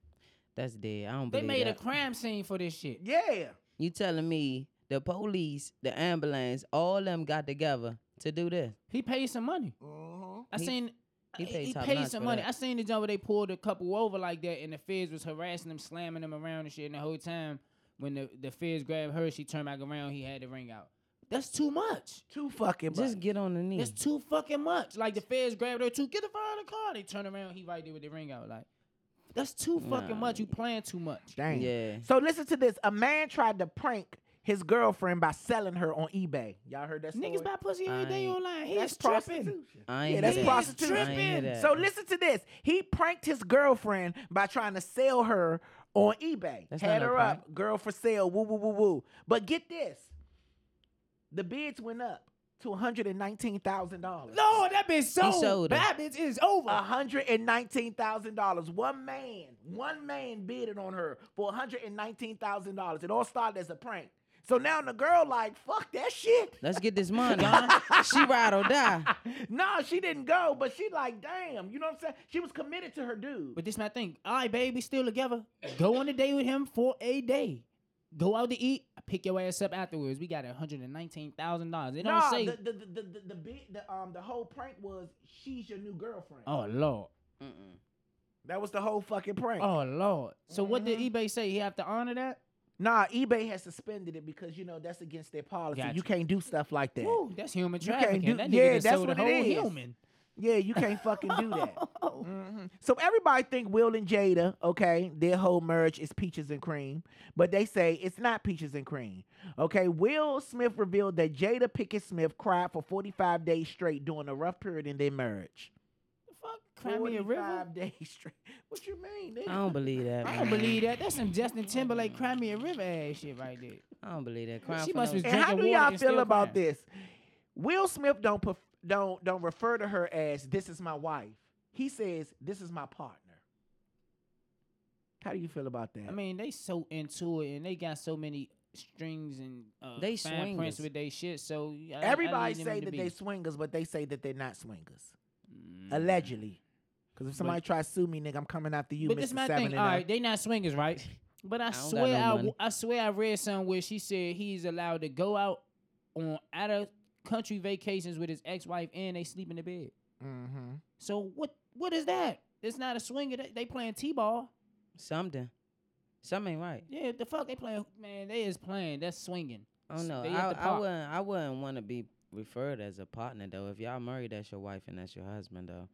That's dead. I don't
They
believe
made a
that.
crime scene for this shit.
Yeah.
you telling me the police, the ambulance, all them got together to do this?
He paid some money.
Uh-huh.
I
He-
seen
he
he
paid
paid,
top notch
some
for
money.
that.
I seen the job where they pulled a couple over like that, and the feds was harassing them, slamming them around and shit. And the whole time, when the the feds grabbed her, she turned back around. He had the ring out. That's too much.
Too fucking much.
Just get on the knee.
That's too fucking much. Like the feds grabbed her too. Get the fuck out of the car. They turn around. He right there with the ring out. Like that's too fucking
Nah,
much. You playing too much.
Damn.
Yeah.
So listen to this. A man tried to prank his girlfriend by selling her on eBay. Y'all heard that story?
Niggas buy pussy every day
I-
online. He
that's
is tripping.
prostitution.
I ain't
Yeah, that's
hear that.
prostitution.
I ain't hear
Tripping.
that.
So listen to this. He pranked his girlfriend by trying to sell her on eBay.
That's
Had
not no
her up, girl for sale. Woo woo woo woo. But get this. The bids went up to one hundred and nineteen thousand dollars.
No, that bitch sold.
sold her.
that bitch is over.
hundred and nineteen thousand dollars. One man, one man bidded on her for one hundred and nineteen thousand dollars. It all started as a prank. So now the girl like, fuck that shit. <laughs>
Let's get this money. huh? she ride or die.
no, she didn't go, but she like, damn, you know what I'm saying? She was committed to her dude.
But this my thing. All right, baby, still together. Go on a date with him for a day. Go out to eat. I pick your ass up afterwards. We got hundred and nineteen thousand dollars. They don't
no,
say.
the, the, the, the, the, bid- the, um, the whole prank was she's your new girlfriend.
oh lord.
Mm-mm.
That was the whole fucking prank.
Oh Lord. So what did
Mm-hmm.
eBay say? He have to honor that?
Nah, eBay has suspended it because you know that's against their policy.
Gotcha.
You can't do stuff like that.
Woo, that's human
You can't
trafficking.
do-
that nigga
yeah,
done
that's
sold
what
a
it
whole
is. <laughs>
human.
Yeah, you can't fucking do
<laughs>
that. Mhm. So everybody think Will and Jada, okay, their whole merge is peaches and cream, but they say it's not peaches and cream. Okay, Will Smith revealed that Jada Pickett Smith cried for 45 days straight during a rough period in their marriage.
Fuck, cry me a river. Oh,
45 <laughs> days straight. What you mean? Nigga?
I don't believe that.
I
man.
don't believe that. That's some Justin Timberlake cry me a river ass shit right there.
I don't believe that. Crying
She
for
must
no-
was-
And how
drinking
do
water
y'all
and
feel
still
about
crying.
this? Will Smith don't pref- don't don't refer to her as "this is my wife." He says "this is my partner." How do you feel about that?
I mean, they so into it and they got so many strings and uh,
They
fine prints
swingers.
with their shit. So I- I
everybody
need them
say
to
that
be-
they swingers, but they say that they're not swingers
Mm.
allegedly. Because if somebody tries to sue me, nigga, I'm coming after you,
But
Mr.
this my
Seven
thing.
and
All
I-
right, they not swingers, right? But I,
I don't got
swear,
no
I, w-
money.
I swear, I read somewhere she said he's allowed to go out on out of country vacations with his ex wife, and they sleep in the bed.
Mhm.
So what? What is that? It's not a swinger. They, they playing t ball.
Something. Something ain't right.
Yeah, the fuck they playing. Man, they is playing. That's swinging.
I don't know.
Stay at
Oh, I,
the
I
park.
wouldn't. I wouldn't want to be referred as a partner though. If y'all married, that's your wife and that's your husband though.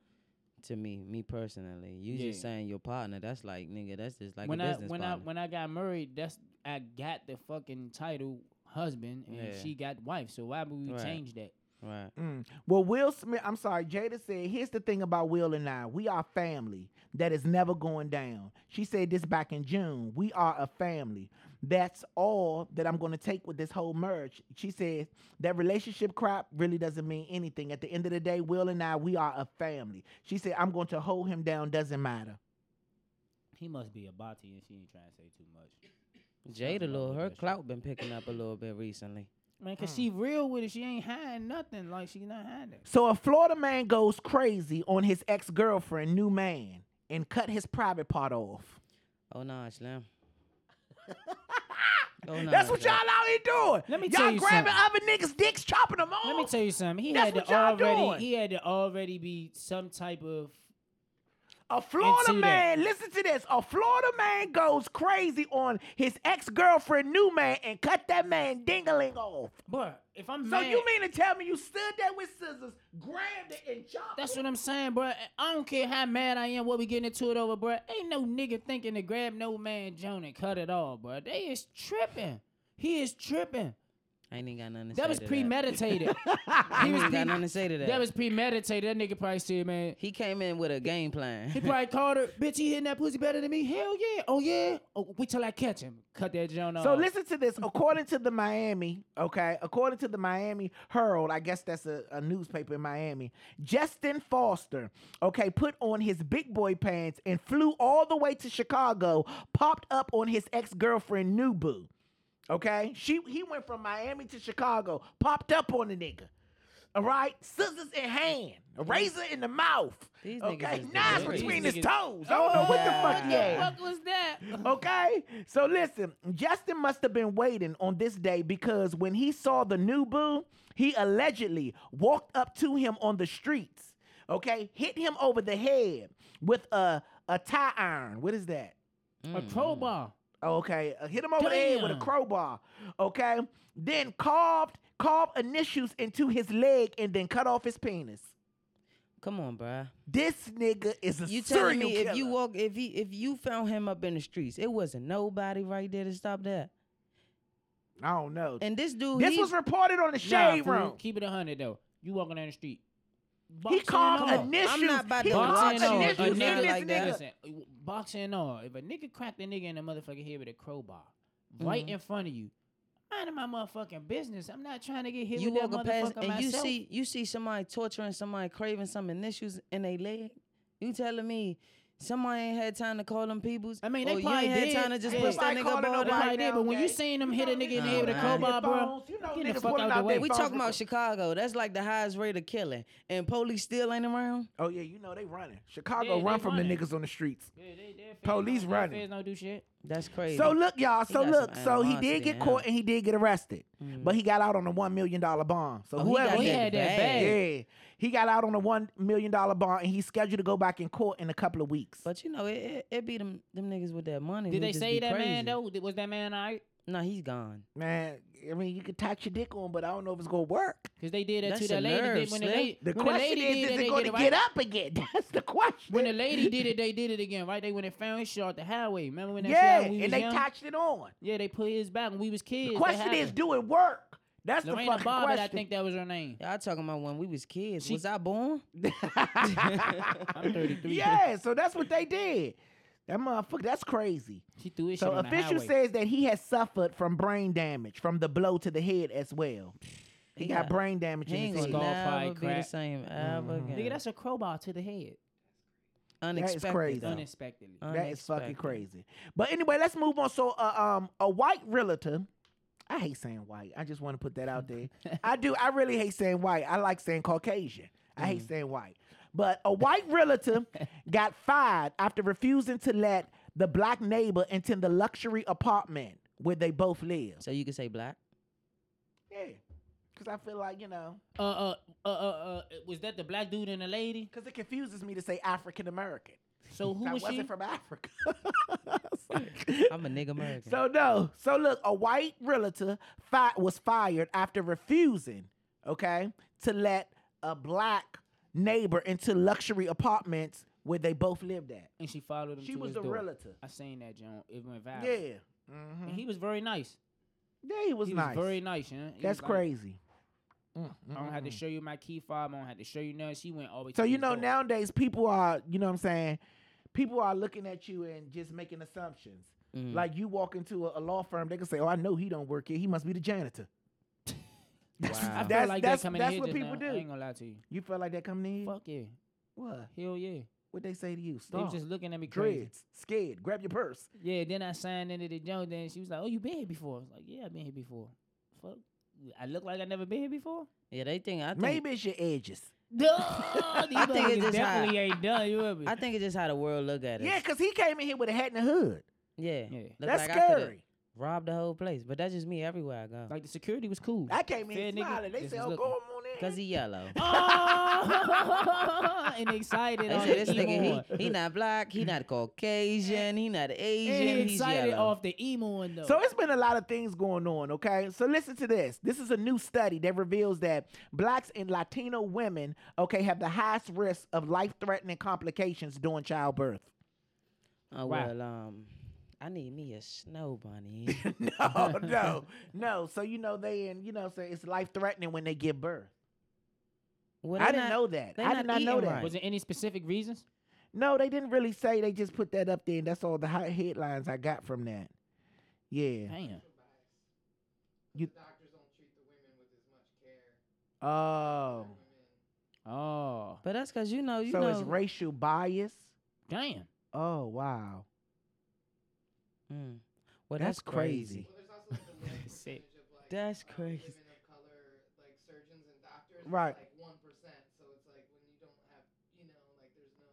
To me, me personally, you just
Yeah.
saying your partner. That's like nigga. That's just like
when
a
I
business
when I
partner.
when I got married, that's I got the fucking title husband, and
Yeah.
she got wife. So why would we
Right.
change that?
right.
Mm. Well, Will Smith, I'm sorry, Jada said, here's the thing about Will and I. We are family that is never going down. She said this back in June. We are a family. That's all that I'm going to take with this whole merge. She says that relationship crap really doesn't mean anything. At the end of the day, Will and I, we are a family. She said, I'm going to hold him down, doesn't matter.
He must be a bati, and she ain't trying to say too much.
Jade a
Something wrong
little.
with
Her
that shit.
clout been picking up a little bit recently.
Man,
Hmm.
cause she real with it. She ain't hiding nothing. Like she not hiding. it.
So a Florida man goes crazy on his ex girlfriend, new man, and cut his private part off.
Oh no, nah,
<laughs>
Slim. oh, nah,
That's what y'all out here doing.
Let me
y'all
tell you
grabbing
something.
other niggas' dicks, chopping them off.
Let me tell you something. He
Oh, That's
had
what
to
y'all
already.
doing.
He had to already be some type of.
A Florida
Into that.
man, listen to this. A Florida man goes crazy on his ex girlfriend, new man, and cut that man dingling off.
But if I'm
So
mad,
you mean to tell me you stood there with scissors, grabbed it, and chopped
That's
it?
what I'm saying, bro. I don't care how mad I am, what we getting into it over, bro. Ain't no nigga thinking to grab no man Joan and cut it all, bro. They is tripping. He is tripping.
I ain't even got nothing to say
That was
to <laughs>
premeditated.
<laughs>
That.
he
I
was
ain't got
pre-
nothing to say to that.
that was premeditated. That nigga probably said, man.
he came in with a game plan.
He probably called her, bitch, he hitting that pussy better than me. Hell yeah. Oh yeah. Oh, wait till I catch him. Cut that Joan off.
So listen to this. According to the Miami, okay, according to the Miami Herald, I guess that's a, a newspaper in Miami. Justin Foster, okay, put on his big boy pants and flew all the way to Chicago, popped up on his ex girlfriend Nubu. Okay, she he went from Miami to Chicago, popped up on the nigga. All right, scissors in hand, a razor in the mouth.
<laughs> These niggas
okay,
is
knives
deliberate.
between
These
his
niggas- Oh,
toes. I don't know what the fuck he had.
What was that?
Okay, so listen, Justin must have been waiting on this day because when he saw the new boo, he allegedly walked up to him on the streets. Okay, hit him over the head with a a tie iron. What is that?
A
Mm.
crowbar.
Okay, uh, hit him over the head with a
Damn.
crowbar. Okay, then carved carved initials into his leg and then cut off his penis.
Come on, bruh.
This nigga is a <laughs>
You
serial
telling me
killer.
if you walk if he if you found him up in the streets, it wasn't nobody right there to stop that.
I don't know.
And this dude,
this
he,
was reported on the
Nah,
shade
fool,
room.
Keep it a hundred though. You walking down the street.
He
Boxing
called
and all.
initials.
I'm not about
he
to
called
Boxing
listen
on
to
initials
a
in
nigga
this
like
nigga.
that.
Listen, w- boxing on. If a nigga cracked a nigga in the motherfucking head with a crowbar, right in front of you, minding my motherfucking business. I'm not trying to get hit
you
with that
walking
motherfucker
past and
myself.
you see you see somebody torturing somebody, craving some initials in a leg. You telling me somebody ain't had time to call them peoples?
I mean,
or
they
you ain't
probably
had
did.
time to just
Hey,
push that
somebody
nigga
calling
up all
nobody.
down.
Right there, but when you
nowadays,
seen him hit a
you know,
nigga in the
niggas
head with a
pulling out
crowbar,
their
bro,
phones. You know
get the
niggas
fuck
pulling
out
out
the way.
their
We
phones
talking
and
about
shit.
Chicago. That's like the highest rate of killing, and police still ain't around.
Oh yeah, you know they running. Chicago
Yeah, they
run from
running.
the niggas on the streets.
Yeah, they- they feds
Police
don't- they
running.
feds don't do shit.
That's crazy.
So look, y'all.
He
So
got
look.
some
So he did
animosity
get
in
caught
him.
and he did get arrested,
Mhm.
but he got out on a one million dollar bond. So
Oh, he
whoever
got
Mm. he
that
had that
bag.
bag.
Yeah. He got out on a one million dollar bond and he's scheduled to go back in court in a couple of weeks.
But you know, it, it, it be them them niggas with that money.
Did
who
they
just
say
be
that
crazy.
man though? Did- Was that man alright?
No, he's gone.
man, I mean you could touch your dick on, but I don't know if it's gonna work.
Because they did that
That's
to that
your
lady.
nerves,
Did, when the
Slim.
lady,
The
when the
question
lady
is,
did
is
that,
it
they
gonna
did it
get
right.
up again? <laughs> That's the question.
When the lady did it, they did it again, right? They went and found his shit off the highway. Remember when that
yeah,
shit happened when
and
we was
they
young?
touched it on.
Yeah, they put his back when we was kids.
The
that
question is,
happened.
do it work? That's
Lorena
the fucking
Bobbitt,
question.
I think that was her name.
Y'all talking about when we was kids.
She-
was I born?
<laughs>
I'm 33.
Yeah, so that's what they did. That motherfucker, that's crazy.
She threw his
So
shit on
official
the highway.
says that he has suffered from brain damage from the blow to the head as well. He,
He
got,
got-
brain damage
He Mm-hmm.
in
ain't
his
gonna
head.
skull pie
never be the
crack.
same ever
Mhm.
again.
Nigga, that's a crowbar to the head,
unexpected.
crazy.
though.
Yeah.
unexpectedly. Uh,
That is fucking
Unexpected.
crazy. But anyway, let's move on. So, uh, um, a white realtor. I hate saying white. I just want to put that out
<laughs>
there. I do. I really hate saying white. I like saying Caucasian. I
Mm.
hate saying white. But a white
<laughs>
realtor got fired after refusing to let the black neighbor into the luxury apartment where they both live.
So you can
<laughs>
say black.
Yeah, because I feel like you know,
Uh, uh, uh, uh, uh, was that the black dude and the lady?
because it confuses me to say African American.
So who
I
was
wasn't
she?
from
<laughs>
Africa. <laughs> It's like-
I'm a nigga American.
So no. So look, a white realtor fi- was fired after refusing, okay, to let a black neighbor into luxury apartments where they both lived at.
and she followed him.
She
to
was
his
the
door.
realtor.
I seen that, John. It went viral.
Yeah. hmm
And he was very nice.
Yeah, he was
he
nice.
was very nice, yeah. He
That's
was like,
crazy. Mm, mm,
I don't have
mm,
to
mm.
show you my key fob. I don't have to show you nothing. She went always.
So
to
you
his
know
door.
nowadays people are, you know what I'm saying? People are looking at you and just making assumptions.
Hmm.
Mm.
Like you walk into a, a law firm, they can say, "Oh, I know he don't work here. He must be the janitor."
Wow.
I feel
That's-
like
that's-
that coming
that's
in here
what
just
people
now. I
do.
ain't gonna lie to you.
You feel like that coming in? here?
Fuck yeah.
What?
Hell yeah.
What they say to you?
They
Stop.
was just looking at me crazy.
Dreads, scared. Grab your purse.
Yeah, then I signed into the joint. Then she was like, "Oh, you been here before?" I was like, "Yeah, I've been here before." Fuck, I look like I never been
<laughs>
here before.
yeah, they think I think
Maybe it's your edges.
Duh, <laughs> I
think it's just how-
definitely ain't done. You hear me?
I think it's just how the world look at us.
Yeah, because he came in here with a hat and a hood.
yeah.
Yeah.
Look
That's
like I coulda
scary.
robbed the whole place, but that's just me everywhere I go.
like the security was cool.
I, came in here
Fair nigga,
smiling. They
this
said,
is
oh,
looking-
go on in. <laughs>
Cause he yellow. <laughs>
oh, <laughs> and excited.
They
on
say
<laughs>
this
the emo.
nigga, he, he not black, he not Caucasian, he not
And
Asian,
he
he's
excited
yellow.
off the emo one though.
So it's been a lot of things going on, okay? So listen to this. This is a new study that reveals that blacks and Latino women, okay, have the highest risk of life-threatening complications during childbirth. <laughs>
Oh
Wow.
well, um, I need me a snow bunny.
<laughs> no,
<laughs>
no, no. So you know they and you know so it's life-threatening when they give birth.
Well,
I
they
didn't
not-
know that.
they
I did
not
not know
eating
that.
right.
was there any specific reasons?
No, they didn't really say. They just put that up there, and that's all the hot headlines I got from that. Yeah.
Damn.
You-
You doctors don't treat the women with as much care.
Oh,
as women.
Oh,
But that's cause you know, you
so
know.
it's racial bias.
damn.
Oh wow.
Mm. Well,
That's
that's,
crazy.
crazy.
Well, there's also
<laughs>
like the low
Sick.
percentage of like
That's
um,
crazy.
Women of color, like surgeons and doctors, it's,
Right.
Like one percent. So it's like when you don't have, you know, like there's no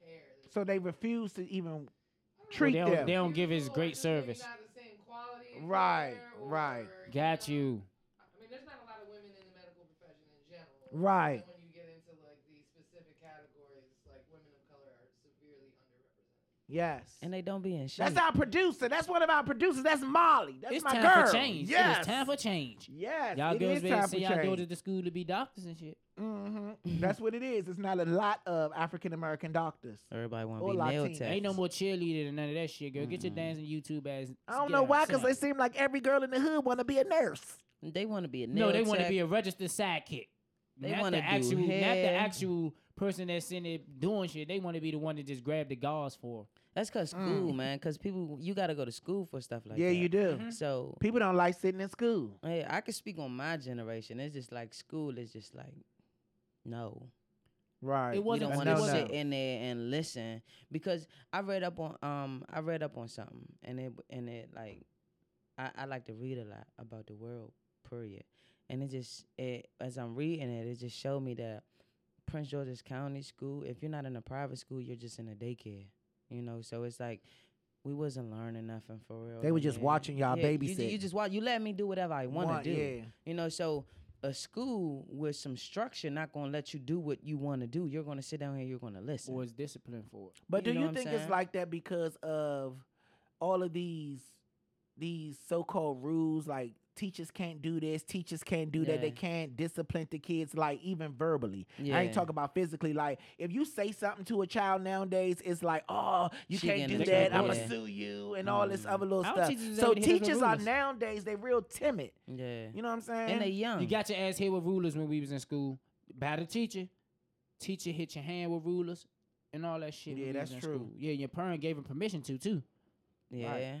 care. There's
So they refuse to even.
I don't know,
treat
maybe
them.
it's
They
don't give
people
us great
are just maybe
service.
not the same quality of
Right,
care
right.
or,
Got
know,
you.
I mean, there's not a lot of women in the medical profession in general.
Right.
And when you get into like these specific categories, like women of color are severely underrepresented.
Yes.
And they don't be in shape.
that's our producer. That's one of our producers. That's Molly. That's
it's
my
time
girl.
for change.
Yes.
It's time for change.
Yes.
Y'all
it
girls
is
better
time
send
for
y'all
change.
daughters to school to be doctors and shit.
Mhm. That's what it is. It's not a lot of African American doctors.
Everybody want
Or
to be nail
Latina.
tech.
Ain't
Ain't no more cheerleader than none of that shit, girl. Get your
Mm-mm.
dancing YouTube ass.
I don't
get
know
out,
why,
sit
because they
out.
seem like every girl in the hood want to be a nurse.
They want to be a nail
no, they want to
tech.
be a registered sidekick.
They
not
wanna
the
do
actual, not the
hair.
actual person that's in there doing shit. They want to be the one that just grabbed the gauze for.
That's cause
Mm.
school, man. Cause people, you gotta go to school for stuff like
yeah,
that.
you do.
Mhm.
So
People don't like sitting in school.
Hey, I can speak on my generation. It's just like school is just like no.
Right.
It
You
wasn't-
don't
I
want
know
to
that.
sit in there and listen because I read up on um I read up on something and it and it like I, I like to read a lot about the world period and it just it as I'm reading it it just showed me that Prince George's County school if you're not in a private school you're just in a daycare you know so it's like we wasn't learning nothing for real.
They were just
man.
watching y'all
Yeah, you, ju-
babysit.
You just watch. You let me do whatever I want
Want-
to do.
yeah.
You know, so a school with some structure not gonna let you do what you want to do. You're gonna sit down here. You're gonna listen.
or is disciplined for it.
But do
You
you
know what I'm
think
saying?
it's like that because of all of these these so called rules like teachers can't do this, teachers can't do that, they
Yeah.
can't discipline the kids like even verbally. I
Yeah.
ain't talking about physically. Like if you say something to a child nowadays, it's like, oh, you
She
can't
getting
do
a ticket.
that. I'ma
Yeah. Mm-hmm.
sue you and all this
Mm.
other little
Our
stuff.
teachers is
So
able to hit us with
teachers are
rulers.
nowadays they real timid.
Yeah.
You know what I'm saying?
And they young.
Mm.
You got your ass hit with rulers when we was in school by the teacher. Teacher hit your hand with rulers and all that shit. when
Yeah,
we was
that's
in
true.
School. Yeah, your parent gave him permission to too.
yeah.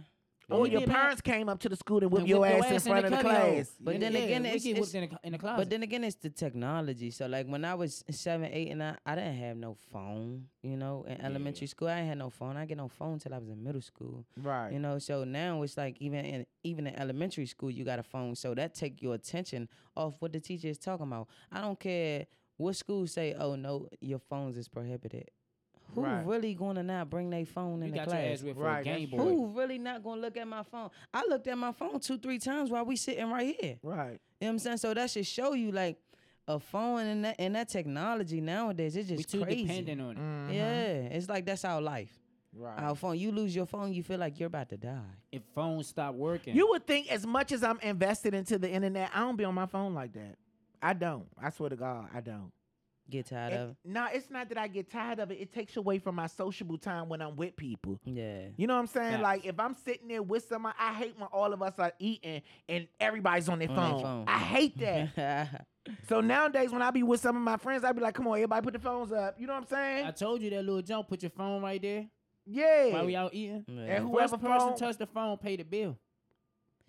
or
We
your
did that.
parents came up to the school and whipped
And
your,
whip
ass, in front of the
cutting hole.
class.
But
Yeah,
then
yeah,
again,
we
it's-
get
it's-
whipped in the, in the closet.
But then again, it's the technology. So like when I was seven, eight, and I, I didn't have no phone. You know, in elementary school, I ain't had no phone. I get no phone till I was in middle school.
Right.
You know, so now it's like even in even in elementary school, you got a phone, so that take your attention off what the teacher is talking about. I don't care what school say. Oh no, your phones is prohibited. Who
Right.
really going to not bring their phone
you
in the
got your
class?
ass with for a
Right, that's
Game Boy.
true.
Who really not gonna look at my phone? I looked at my phone two, three times while we sitting right here.
Right.
You know what I'm saying? So that should show you like a phone and that and that technology nowadays, it's
We
just
too
crazy.
dependent on uh-huh. it.
Mhm.
Yeah, it's like that's our life.
Right.
Our phone. You lose your phone, you feel like you're about to die.
If phones stop working,
You would think as much as I'm invested into the internet, I don't be on my phone like that. I don't. I swear to God, I don't.
Get tired of
It,
it.
no, it's not that I get tired of it. It takes away from my sociable time when I'm with people.
Yeah.
You know what I'm saying?
Facts.
Like if I'm sitting there with someone, I hate when all of us are eating and everybody's on their
On their
phone.
phone.
I hate
<laughs>
that.
yeah.
so nowadays, when I be with some of my friends, I be like, "Come on, everybody, put the phones up." You know what I'm saying?
I told you that little jump. Put your phone right there
yeah.
while we out eating.
And whoever
First person
phone-
touch the phone, pay the bill.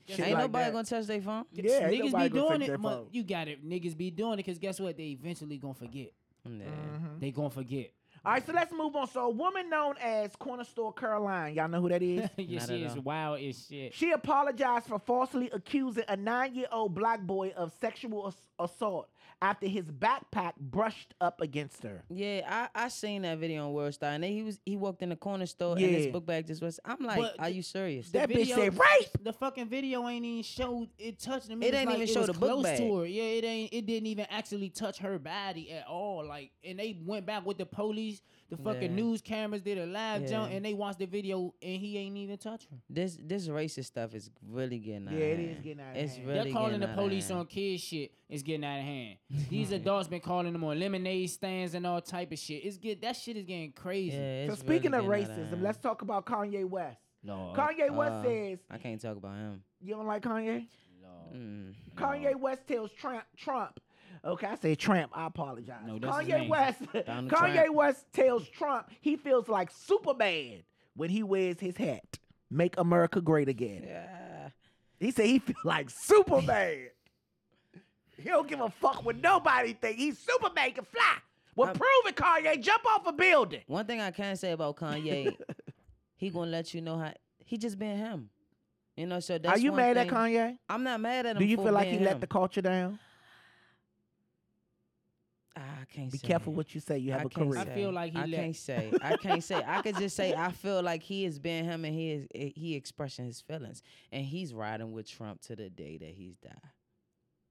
Shit
Ain't
like
nobody
that.
gonna touch their phone.
Yeah, ain't
niggas be
nobody gonna
doing
take their
it. but
phone.
You got it. Niggas be doing it because guess what? They eventually gonna forget.
Yeah.
Mhm.
They gonna forget.
<laughs>
<laughs>
All right, so let's move on. So a woman known as Corner Store Caroline, y'all know who that
<laughs>
is?
yeah,
Not
she
at
is
all.
wild as shit.
She apologized for falsely accusing a nine year old black boy of sexual ass- assault after his backpack brushed up against her.
Yeah, I, I seen that video on World Star, and then he was he walked in the corner store and his
Yeah.
book bag just was. I'm like,
But
are
th-
you serious?
That bitch
video-
said rape.
The fucking video ain't even showed. It touched them.
It
was
ain't
like
even show
was
the book
close
bag.
to her. Yeah, it ain't. It didn't even actually touch her body at all. Like, and they went back with the police. The fucking
Yeah.
news cameras did a live jump,
Yeah.
and they watched the video, and he ain't even touch her.
This this racist stuff is really getting out.
Yeah, it
of
is
hand.
getting out of
It's
hand.
really
They're calling
getting
the
out of
police
hand.
on kids shit is getting out of
<laughs>
hand. These adults been calling them on lemonade stands and all type of shit. It's get that shit is getting crazy.
Yeah,
So
it's
speaking
really
of
getting out
racism,
hand.
let's talk about Kanye West.
Lord,
Kanye
uh,
West says,
I can't talk about him.
You don't like Kanye? Oh.
Lord.
Mm.
Kanye West tells Trump, Trump. Okay, I say Trump. I apologize.
No, that's his
Kanye
name.
West. <laughs>
Donald
Kanye
Trump.
West tells Trump he feels like Superman when he wears his hat. Make America great again.
Yeah.
He said he feel like Superman. he don't give a fuck what nobody think. He's Superman can fly. Well,
I'm-
prove it, Kanye. Jump off a building.
One thing I can say
<laughs>
about Kanye, he gonna let you know how he just been him. You know, so that's
Are you
one
mad at
thing-
Kanye?
I'm not mad at him.
Do you
for
feel like he
being
let
him.
the culture down?
I can't
Be
say.
careful what you say. You
I
have a
can't
career.
I feel like he
I
let-
can't
<laughs>
say. I can't say. I could just say I feel like he has been him and he is eh, he expressing his feelings and he's riding with Trump to the day that he's died.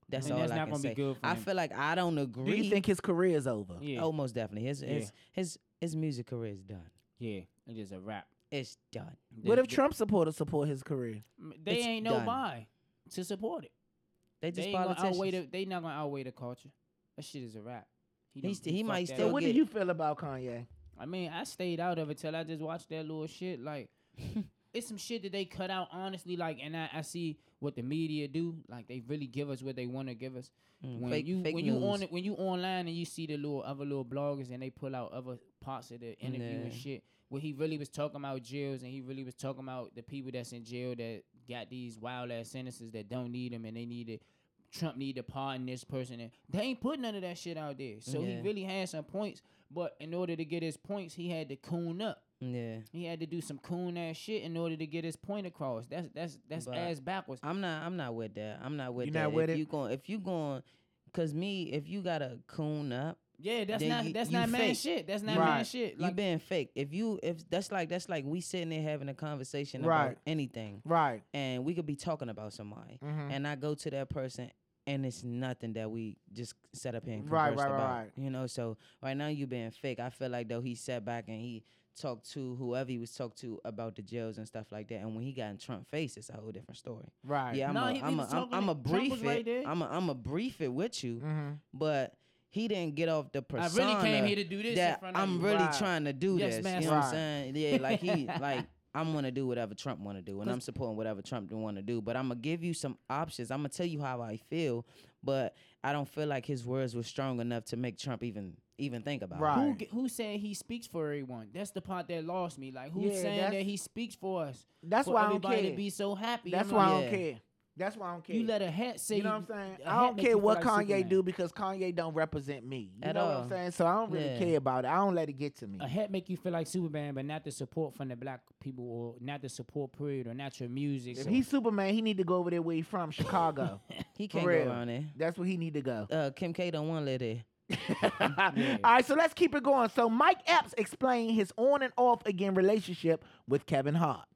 That's
And
all
that's
I
not
can
gonna be
say.
good for
I
him.
feel like I don't agree.
Do you think his career is over?
Yeah,
Oh, most definitely. His
Yeah.
his his his music career is done.
yeah, it is a wrap.
It's done.
What
They-
if Trump supporters support his career?
They
It's
ain't no
done.
buy to support it.
They
They
just
ain't gonna
politicians.
outweigh the, they not gonna outweigh the culture. That shit is a wrap. done-
He's- he
fucked
might
that
So
They'll
up.
what do
get-
you feel about Kanye?
I mean, I stayed out of it till I just watched that little
<laughs>
shit. Like, it's some shit that they cut out honestly. Like, and I, I see what the media do. Like, they really give us what they want to give us.
Mm,
When
fake-
you
fake
when you on
news.
it when you online and you see the little other little bloggers and they pull out other parts of the interview and
Yeah.
shit where he really was talking about jails and he really was talking about the people that's in jail that got these wild ass sentences that don't need them and they need it. Trump need to pardon this person and they ain't put none of that shit out there. So he
Yeah.
really had some points, but in order to get his points, he had to coon up.
Yeah,
He had to do some coon ass shit in order to get his point across. That's that's that's
But-
ass backwards.
I'm not. I'm not with that. I'm not with
You
that.
not with
if
it?
you going, if you going, cause me, if you got a coon up,
Yeah, that's
then
not
you-
that's
you
not man
fake.
shit. That's not man
Right.
shit.
you
Like,
being fake. If you if that's like that's like we sitting there having a conversation
Right.
about anything,
Right.
and we could be talking about somebody,
Mm-hmm.
Mhm.
and I go to that person, and it's nothing that we just set up here and
Right,
conversed
right, right,
about.
right.
You know, so right now you being fake. I feel like though he sat back and he talked to whoever he was talked to about the jails and stuff like that. And when he got in Trump face, it's a whole different story.
Right.
Yeah, I'm
Nah,
a,
he- he
I'm a,
was
I'm,
talking
I'm
to-
a
Trump was
brief it.
right there.
I'm a, I'm a brief it with you,
Mm-hmm.
but he didn't get off the
I
persona
really came here to do this in
that
front of
I'm
you.
really
Right.
trying to do
Yes,
this.
ma'am.
You know what
Right.
I'm saying? Yeah, like
<laughs>
he like I'm gonna do whatever Trump wanna do and I'm supporting whatever Trump wanna do. But I'm gonna give you some options. I'm gonna tell you how I feel, but I don't feel like his words were strong enough to make Trump even even think about it.
Right.
Who g- who saying he speaks for everyone? That's the part that lost me. Like who's
Yeah,
saying
that's-
that he speaks for us?
That's
for
why I don't
everybody
care.
to be so happy.
That's
I'm
why
like,
I don't
Yeah.
care. That's why I don't care.
You let a hat say
you know what I'm saying?
a
I
hat
don't
make you
care
feel
what Kanye
like Superman.
do because Kanye don't represent me. You
At
know what
all.
I'm saying? So I don't really
Yeah.
care about it. I don't let it get to me.
a hat make you feel like Superman, but not the support from the black people, or not the support period, or not your music.
If
or-
he's Superman, he need to go over there where he from, Chicago.
He
For
can't
real.
go around there.
That's where he need to
<laughs>
go.
Uh, Kim K don't wanna let it.
All right, so let's keep it going. So Mike Epps explained his on and off again relationship with Kevin Hart.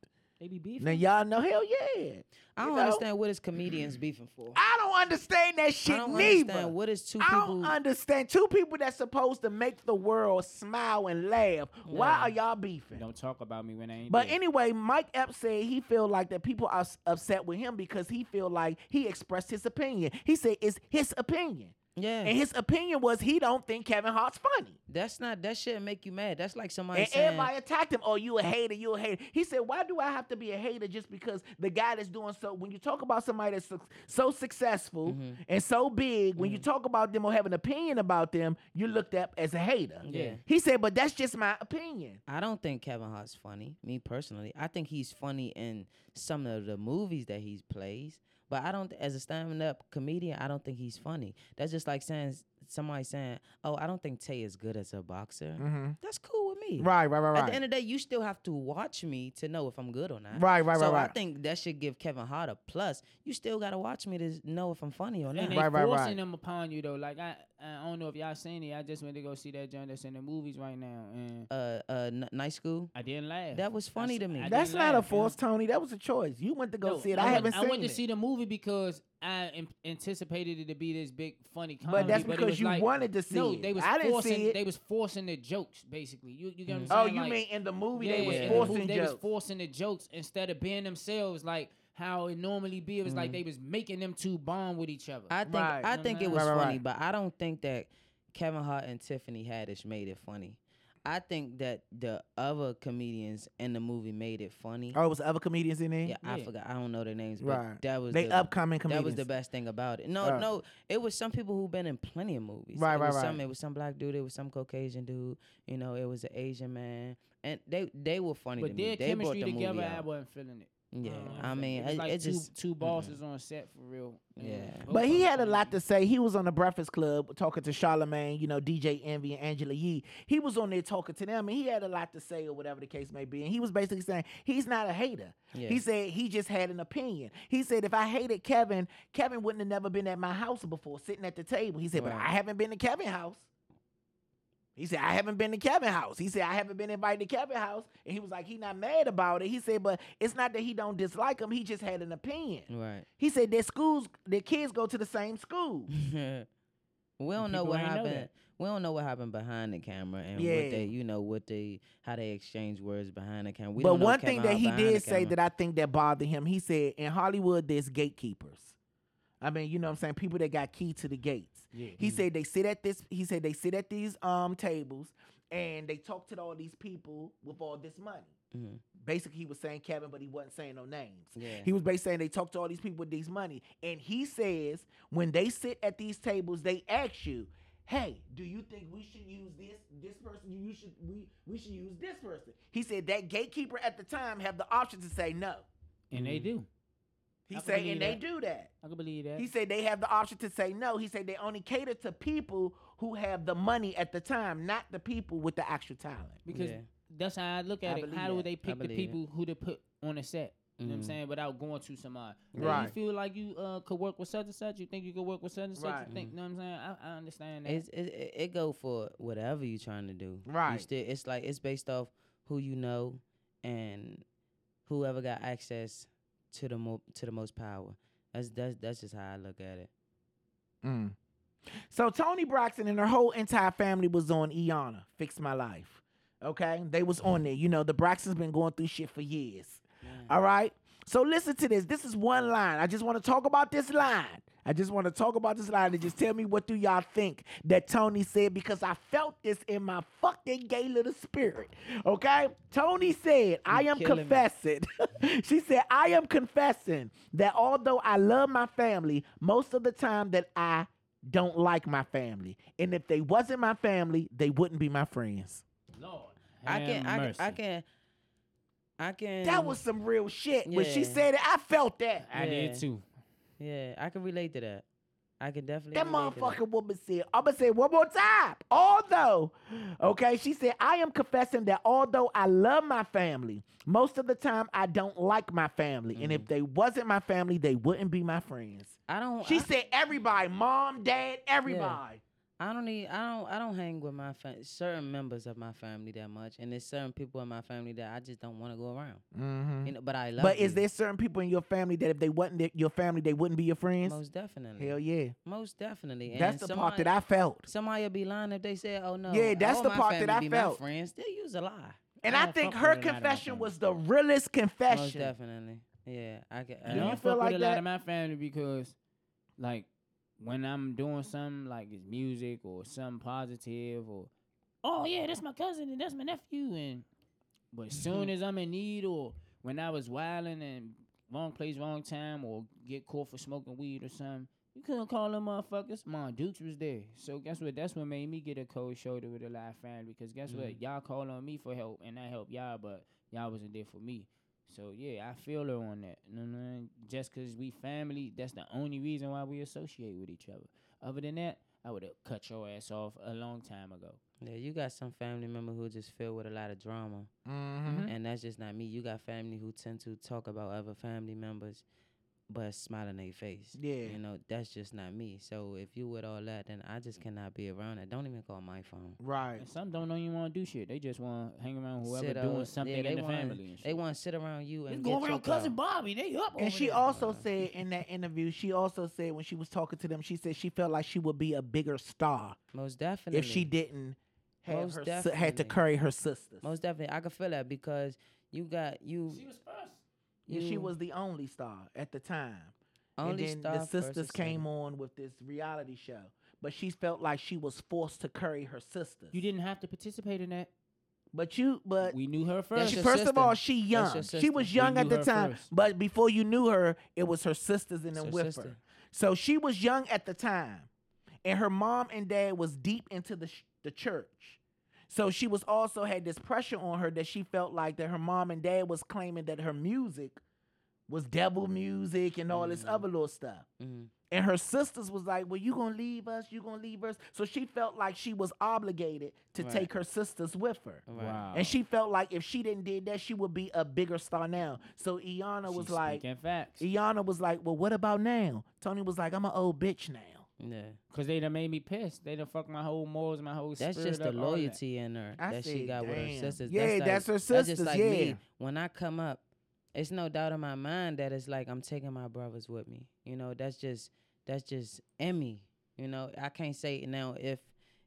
they be beefing.
Now y'all know, hell yeah.
I
You
don't
know?
understand what is comedians beefing for.
I don't understand that
I
shit
don't
neither.
understand what is two
I don't
people
understand. Two people that's supposed to make the world smile and laugh. Why
Yeah.
are y'all beefing?
Don't talk about me when I ain't.
But
there.
anyway, Mike Epps said he feel like that people are s- upset with him because he feel like he expressed his opinion. He said it's his opinion,
Yeah.
and his opinion was he don't think Kevin Hart's funny.
That's not that shit make you mad. That's like somebody
And
saying
everybody attacked him. Oh, you a hater? You a hater? He said, "Why do I have to be a hater just because the guy that's doing so? When you talk about somebody that's su- so successful
Mhm.
and so big, when
Mm.
you talk about them or have an opinion about them, you're looked up as a hater."
Yeah.
He said, "But that's just my opinion."
I don't think Kevin Hart's funny, me personally. I think he's funny in some of the movies that he plays, but I don't as a stand up comedian, I don't think he's funny. That's just like saying s- somebody saying, "Oh, I don't think Tay is good as a boxer."
Mm-hmm.
That's cool with me.
Right, right, right,
At the end of the day, you still have to watch me to know if I'm good or not.
right, right,
so I think that should give Kevin Hart a plus. You still gotta watch me to s- know if I'm funny or not.
And they
Right, right,
forcing
right.
them upon you though. Like I, I don't know if y'all seen it. I just went to go see that joint that's in the movies right now, and
Uh, uh, n- night school.
I didn't laugh.
That was
I
funny
s-
to me.
I
That's
didn't
not a
laugh, you know?
force, Tony. That was a choice. You went to go
No,
see it.
I
I,
went-
haven't
I
seen
went
it.
to see the movie because I am- anticipated it to be this big funny comedy.
but that's
it
because
was
you
like,
wanted to see
no,
it.
they was
I didn't
forcing.
see
They
it.
was forcing the jokes basically. You you get what
Mhm.
I'm
Oh,
saying?
you
Like,
mean in the movie they
yeah,
was
in
and
the
forcing
who- they
jokes?
was forcing the jokes instead of being themselves. Like how it normally be. It was
Mm.
like they was making them two bond with each other.
I think
Right. Mm-hmm.
I
No,
think
no.
it was
Right, right,
funny,
right.
but I don't think that Kevin Hart and Tiffany Haddish made it funny. I think that the other comedians in the movie made it funny.
oh, it was other comedians in there.
yeah, I
yeah.
forgot. I don't know their names, but
Right.
that was
they
the,
upcoming
that
comedians.
was the best thing about it. No,
Uh.
no, it was some people who've been in plenty of movies.
Right,
it
right,
was
right.
Some, it was some black dude. It was some Caucasian dude. You know, it was an Asian man, and they they were funny to
but
me. They
their
brought
chemistry
the
together,
movie
I
out.
wasn't feeling it.
uh,
Yeah,
don't
I
understand.
mean,
it was
it,
like
it
two,
just
two
mm-mm.
bosses on set for real. and
Yeah.
both
But he
of
had a
them
lot
funny.
to say. He was on the Breakfast Club talking to Charlemagne, you know, DJ Envy and Angela Yee. He was on there talking to them, and he had a lot to say, or whatever the case may be. And he was basically saying he's not a hater.
Yeah.
He said he just had an opinion. He said if I hated Kevin, Kevin wouldn't have never been at my house before, sitting at the table. He said, but
Right.
I haven't been to Kevin's house. He said, I haven't been to Kevin's house. He said, I haven't been invited to Kevin's house. And he was like, he not mad about it. He said, but it's not that he don't dislike him. He just had an opinion.
right.
He said their schools, their kids go to the same
<laughs>
school.
we don't know
people
what
ain't know
happened.
that.
we don't know what happened behind the camera and
Yeah.
what they, you know, what they, how they exchange words behind the camera. We
but
don't know
one thing that
Kevin Hart
he
behind the
did say
camera.
that I think that bothered him, he said in Hollywood there's gatekeepers. I mean, you know what I'm saying? People that got key to the gates.
Yeah.
He said they sit at this. He said they sit at these um tables and they talk to all these people with all this money.
Mhm.
Basically, he was saying Kevin, but he wasn't saying no names.
Yeah.
He was basically saying they talk to all these people with these money. And he says when they sit at these tables, they ask you, Hey, do you think we should use this this person? You should we we should use this person. He said that gatekeeper at the time have the option to say no.
and they do.
He
I can
said
believe
and they
that.
do that.
I can believe that.
He said they have the option to say no. He said they only cater to people who have the money at the time, not the people with the actual talent.
because
Yeah.
that's how I look
I
at it.
believe
How do
that.
they pick the
believe it.
people who to put on a set? You know what I'm
Mhm.
saying? Without going to somebody. Like,
Right.
You feel like you uh, could work with such and such. You think you could work with such and such.
Right.
You think, you know what I'm saying? I, I understand that.
It's, it, it- it go for whatever you trying to do. You
Right.
still, it's like it's based off who you know and whoever got access to the mo- to the most power. That's that's that's just how I look at it.
Mm. So Tony Braxton and her whole entire family was on Iana, Fix My Life. Okay? They was on there. You know, the Braxton's been going through shit for years. All right? So listen to this. This is one line. I just want to talk about this line. I just want to talk about this line and just tell me what do y'all think that Tony said because I felt this in my fucking gay little spirit. Okay? Tony said, I am
killing me.
confessing. <laughs> she said, I am confessing that although I love my family, most of the time that I don't like my family. And if they wasn't my family, they wouldn't be my friends.
Lord.
I can, I can,
have
I
mercy.
can, I can.
That was some real shit. When she
Mm. Yeah.
said it, I felt that.
I did
Yeah.
too.
yeah. I can relate to that. I can definitely.
That
relate to
motherfucking woman said, I'm gonna say it one more time. Although, okay, she said, I am confessing that although I love my family, most of the time I don't like my family. And
Mm-hmm.
if they wasn't my family, they wouldn't be my friends.
I
Oh,
don't.
She
I,
said, everybody, mom, dad, everybody.
I don't need. I don't. I don't hang with my fa- certain members of my family that much, and there's certain people in my family that I just don't want to go around.
Mm-hmm.
You know, but I love.
But is
you.
there certain people in your family that if they wasn't th- your family, they wouldn't be your friends?
most definitely?
Hell yeah.
Most definitely. And
That's the
somebody,
part that I felt.
Somebody will be lying if they said, "Oh no."
Yeah, that's
all
the
my
part that
family
I
be
felt.
My friends, they use a lie.
And
I
I
don't
think
fuck with
her
a lot of my
confession
family.
was the realest
Most
confession.
definitely. Yeah, I uh, can.
I
Do you
don't
I,
fuck
feel
with
like
a
that?
lot of my family because, like, when I'm doing something like it's music or something positive or, oh yeah, that's my cousin and that's my nephew and, but as soon as I'm in need or when I was wilding and wrong place, wrong time or get caught for smoking weed or something, you couldn't call them motherfuckers. My Dukes was there, so guess what? That's what made me get a cold shoulder with a live family because guess
Mm-hmm.
what? Y'all call on me for help and I help y'all, but y'all wasn't there for me. So yeah, I feel her on that. You know what I mean? Just cause we family, that's the only reason why we associate with each other. Other than that, I would have cut your ass off a long time ago.
yeah, you got some family member who just filled with a lot of drama.
Mm-hmm.
and that's just not me. You got family who tend to talk about other family members, but smile on their face.
Yeah.
you know that's just not me. So if you with all that, then I just cannot be around that. Don't even call my phone.
Right.
And some don't know you want to do shit. They just want to hang around whoever
Sit
doing
over-
something
yeah, they
in the
wanna-
family. And
They
shit.
want to sit around you and
It's
get
going
your
around cousin
clout.
Bobby. They up over
And she
there.
also
Wow.
said in that interview, she also said when she was talking to them, she said she felt like she would be a bigger star
Most definitely.
if she didn't have
Most
her si- had to
definitely.
carry her sisters.
most definitely, I could feel that because you got you.
she was first.
And she
you
was the only star at the time.
only
and then
star
the
first
sisters
or
came
second.
on with this reality show, but she felt like she was forced to carry her sisters.
You didn't have to participate in that.
but you, but
we knew her
That's
first.
she,
your
first of
sister.
all, she
your
young. She
sister.
was
We
young at
knew
the
her
time,
first.
but before you knew her, it was her sisters and
It's
them
her
with her.
sister.
So she was young at the time, and her mom and dad was deep into the sh- the church. So she was also had this pressure on her that she felt like that her mom and dad was claiming that her music was devil music and all this
Mm.
other little stuff.
Mhm.
And her sisters was like, "Well, you gonna leave us? You gonna leave us?" So she felt like she was obligated to
Right.
take her sisters with her.
Right.
And she felt like if she didn't did that, she would be a bigger star now. So Iana was like,
speaking facts.
Iana was like, "Well, what about now?" Tony was like, "I'm an old bitch now."
Yeah,
Cause they done made me pissed. They done fucked my whole morals, my whole.
that's
spirit
just the
up, all that.
loyalty in her
I
that she
said,
got with
"Damn."
her sisters.
Yeah,
that's, like,
that's her
That's
sisters,
just like
yeah.
me. When I come up, it's no doubt in my mind that it's like I'm taking my brothers with me. You know, that's just that's just in me. You know, I can't say now if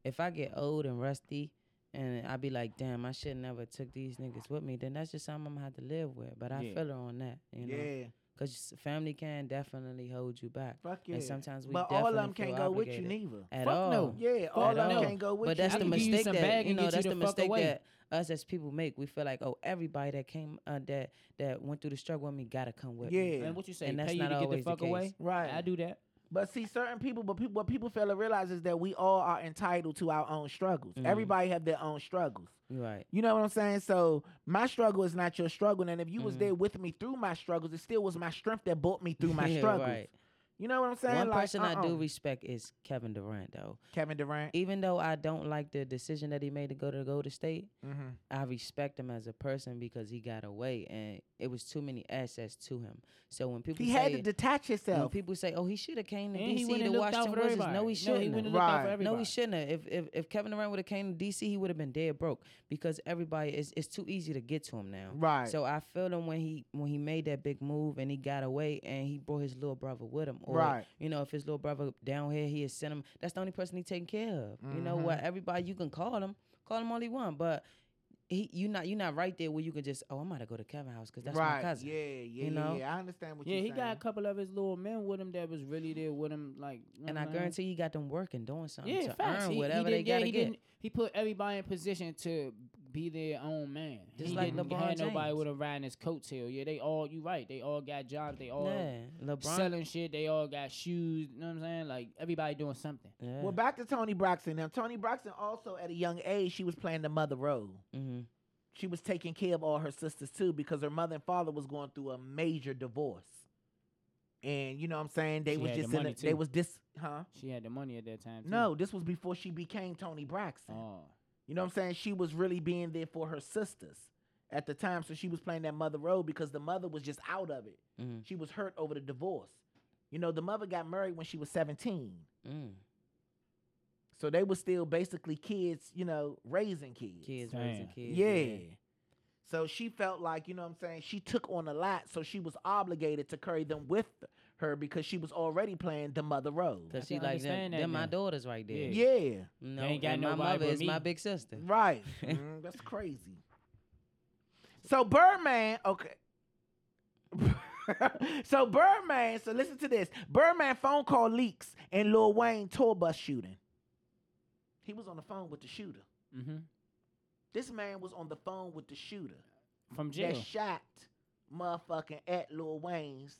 if I get old and rusty and I be like, damn, I should never took these niggas with me. Then that's just something I'm gonna have to live with. But I
Yeah.
feel her on that. You know,
Yeah,
because family can definitely hold you back.
fuck yeah.
And sometimes we
but all of them
definitely
can't
feel
go with you
obligated.
neither.
At
Fuck
all.
no.
Yeah, all of them
no.
can't go with
But
you.
that's the
I can give you
mistake
some
that
bag
you
and
know.
get you
That's
the
the
fuck
mistake
away.
that us as people make. We feel like oh, everybody that came uh, that that went through the struggle with me gotta come with me.
Yeah.
And what you say?
And that's
pay you
not
to get the
always the
fuck away.
case.
Right.
I do that.
But see, certain people, but people, what people fail to realize is that we all are entitled to our own struggles.
Mhm.
Everybody have their own struggles.
You Right.
You know what I'm saying? So my struggle is not your struggle, and if you was
Mhm.
there with me through my struggles, it still was my strength that brought me through my
<laughs> Yeah,
struggles.
Right.
You know what I'm saying?
One
Like,
person I do
uh-uh.
respect is Kevin Durant, though.
Kevin Durant.
Even though I don't like the decision that he made to go to Golden State,
Mm-hmm.
I respect him as a person because he got away and it was too many assets to him. So when people
He
say
had to detach
when
himself.
people say, "Oh, he should have came to
And
DC
he wouldn't
to
have looked out
Washington
for
Wizards,"
everybody.
no, he
No, he
shouldn't.
wouldn't
have.
have looked out for
Right.
everybody.
no, he shouldn't have. If, if if Kevin Durant would have came to DC, he would have been dead broke because everybody is it's too easy to get to him now.
Right.
So I feel him when he when he made that big move and he got away and he brought his little brother with him. Or,
Right.
You know, if his little brother down here, he has sent him. That's the only person he taking care of. You know
Mm-hmm.
Mhm.
what? Everybody you can call him, call him all he want, but he you not you not right there where you can just oh I'm about to go to Kevin's house because that's
right.
my cousin.
Yeah, yeah,
you know?
yeah, yeah. I understand what
Yeah,
you're
he
saying.
got a couple of his little men with him that was really there with him, like. you know
And I
what I'm saying?
guarantee you got them working, doing something
Yeah,
to
facts.
earn
He- he
whatever they
did- yeah,
gotta
he
get.
didn't- He put everybody in position to be their own man.
Just
he
like
didn't
LeBron
have nobody
James.
with a riding his coattail. Yeah, they all. You right. They all got jobs. They all
yeah, LeBron.
uh, selling shit. They all got shoes. You know what I'm saying? Like everybody doing something.
yeah.
Well, back to Tony Braxton. Now, Tony Braxton also at a young age, she was playing the mother role.
mm-hmm.
She was taking care of all her sisters too because her mother and father was going through a major divorce. And you know what I'm saying? They
She
was
had the
just in
money,
a, they
too.
was dis huh?
She had the money at that time. Too.
No, this was before she became Tony Braxton.
Oh.
You know what I'm saying? She was really being there for her sisters at the time. So she was playing that mother role because the mother was just out of it.
Mhm.
She was hurt over the divorce. You know, the mother got married when she was 17.
Mm.
So they were still basically kids, you know, raising kids.
Kids
Damn.
raising kids.
yeah. So she felt like, you know what I'm saying? She took on a lot. So she was obligated to carry them with her because she was already playing the mother role.
Cause
I
she
can
like them,
understand that
them my
now.
daughters right there.
Yeah.
Yeah.
No,
ain't got
and my
nobody
mother
but
is my
me.
big sister.
<laughs>
Right. Mm, that's crazy. So Birdman, okay. <laughs> so Birdman, so listen to this. Birdman phone call leaks and Lil Wayne tour bus shooting. He was on the phone with the shooter.
hmm
This man was on the phone with the shooter
From jail.
that shot motherfucking at Lil Wayne's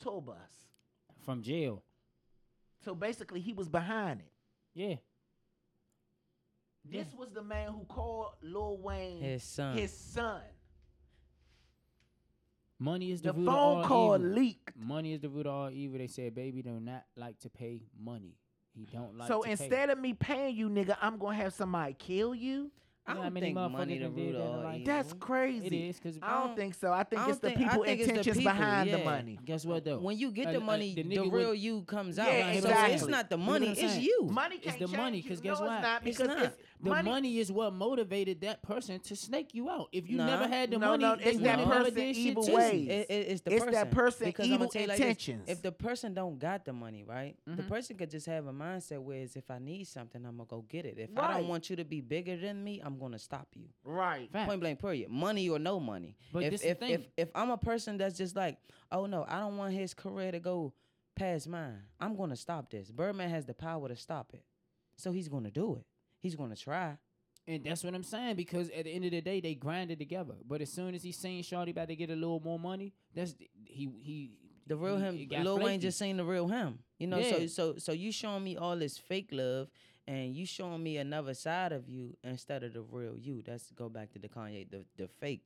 tour bus.
From jail.
So basically he was behind it.
Yeah.
This was the man who called Lil Wayne
His son.
his son.
Money is the,
The
root of
phone
all
call
evil.
leaked.
Money is the root of all evil. They said, baby, do not like to pay money. He don't like.
so
to pay.
instead of me paying you, nigga, I'm gonna have somebody kill you.
I
You know how
don't
many
think money
motherfuckers
the
done did
root
that in
all
life?
evil.
That's crazy.
it is because
I don't think so. I think
I
it's
don't
the
think- I
people
think it's the
intentions
people,
behind the
yeah.
money.
Guess what though?
When you get
Uh,
the
uh,
money,
the
the,
nigga
real
would-
you comes
Yeah,
out. So it's
exactly.
not the
You know what
money,
I'm
it's
saying?
you.
Money can't
the
change
money,
you.
'cause
No,
guess
it's
what?
not
It's
because
not.
it's-
The money.
money.
is what motivated that person to snake you out. If you
Nah.
never had the
No,
money,
no,
they
it's
would
that
have never
person
did shit
evil
to
It's-
you.
ways.
It, it- it's the
It's
person.
that person
because I'ma
evil
tell you like this,
intentions.
if the person don't got the money, right? The
Mhm.
person could just have a mindset where it's, if I need something, I'm gonna go get it. If I
Right.
don't want you to be bigger than me, I'm gonna stop you.
Right.
Fact.
Point blank, period. Money or no money.
But
if,
this the
if, if
thing.
if I'm a person that's just like, oh no, I don't want his career to go past mine. I'm gonna stop this. Birdman has the power to stop it, so he's gonna do it. He's gonna try.
And that's what I'm saying because at the end of the day, they grinded together. But as soon as he seen Shorty about to get a little more money, that's he he.
The real
he-
him,
it got
Lil Wayne
flaky.
just seen the real him. You know,
Yeah.
so so so you showing me all this fake love, and you showing me another side of you instead of the real you. That's go back to the Kanye, the the fake,